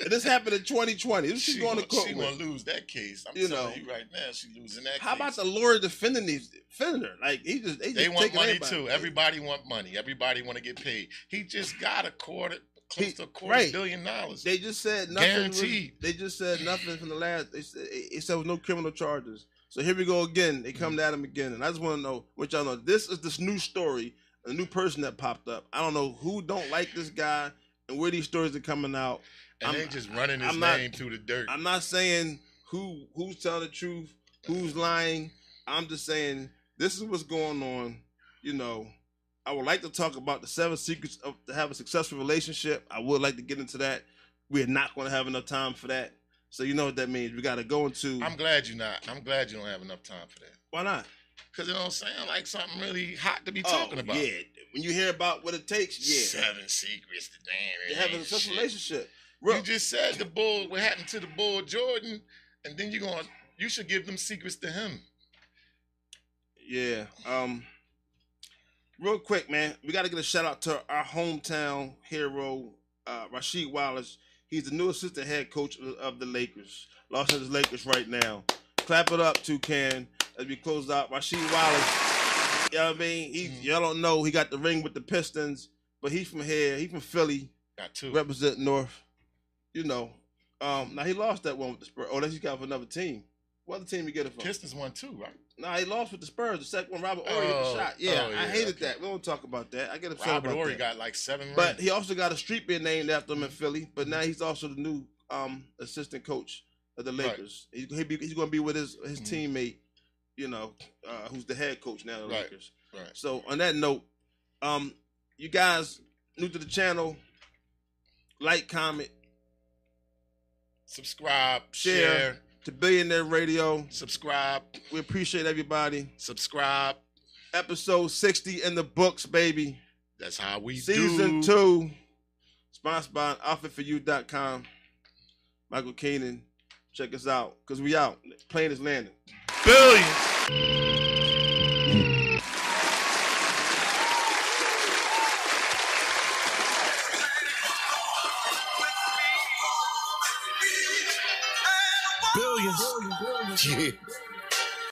D: And this happened in 2020. This is what she's
A: She
D: going
A: gonna,
D: to court
A: she
D: with.
A: gonna lose that case. I'm
D: You
A: telling
D: know.
A: you right now, she losing that
D: How
A: case.
D: about the lawyer defending these defending her? Like he just they,
A: They
D: just
A: want
D: taking
A: money
D: everybody.
A: too. Everybody want money. Everybody want to get paid. He just got a quarter, close
D: He-
A: to a quarter
D: right.
A: billion dollars.
D: They just said nothing. was-
A: Guaranteed.
D: they just said nothing from the last. They said, it said there was no criminal charges. So here we go again. They
A: Mm-hmm.
D: come at him again, and I just want to know what y'all know. This is this new story, a new person that popped up. I don't know who don't like this guy and where these stories are coming out.
A: and
D: I'm-
A: they just running his
D: I'm not-
A: name through the dirt.
D: I'm not saying who who's telling the truth, who's lying. I'm just saying this is what's going on. You know, I would like to talk about the seven secrets of to have a successful relationship. I would like to get into that. We're not going to have enough time for that. So you know what that means. We got to go into
A: I'm glad you're not. I'm glad you don't have enough time for that.
D: why not
A: Because it don't sound like something really hot to be talking
D: Oh,
A: about.
D: Yeah, when you hear about what it takes, yeah,
A: Seven secrets to damn
D: to have a
A: relationship.
D: successful relationship.
A: You just said the bull. What happened to the bull Jordan? And then you're going. to You should give them secrets to him.
D: Yeah. Um. Real quick, man, we got to get a shout out to our hometown hero, uh, Rasheed Wallace. He's the new assistant head coach of- of the Lakers, Los Angeles Lakers, right now. Clap it up, Toucan, as we close out. Rasheed Wallace. You know what I mean? He,
A: Mhm.
D: Y'all don't know he got the ring with the Pistons, but he's from here. He's from Philly.
A: Got two.
D: represent North. You know, um, now he lost that one with the Spurs. Oh, that's he got for another team. What other team he get it from?
A: Pistons won two, right?
D: Nah, he lost with the Spurs. The second one, Robert Ory hit
A: Oh,
D: the shot. Yeah,
A: oh,
D: I
A: yeah,
D: hated
A: okay.
D: that. We don't talk about that. I get upset
A: Robert
D: about
A: Ory
D: that.
A: got like seven.
D: but
A: rings.
D: he also got a street being named after him in Philly. But now he's also the new um, assistant coach of the
A: Right.
D: Lakers. He, he be, he's going to be with his his
A: Mhm.
D: teammate, you know, uh, who's the head coach now of the
A: Right.
D: Lakers.
A: Right.
D: So on that note, um, you guys new to the channel, like, comment
A: subscribe,
D: Share.
A: share,
D: to Billionaire Radio.
A: subscribe,
D: We appreciate everybody.
A: subscribe.
D: Episode sixty in the books, baby.
A: That's how we
D: Season
A: do.
D: two, sponsored by outfitforyou.com. Michael Keenan, check us out because we out. Plane is landing.
A: billion.
C: Billions. Yeah.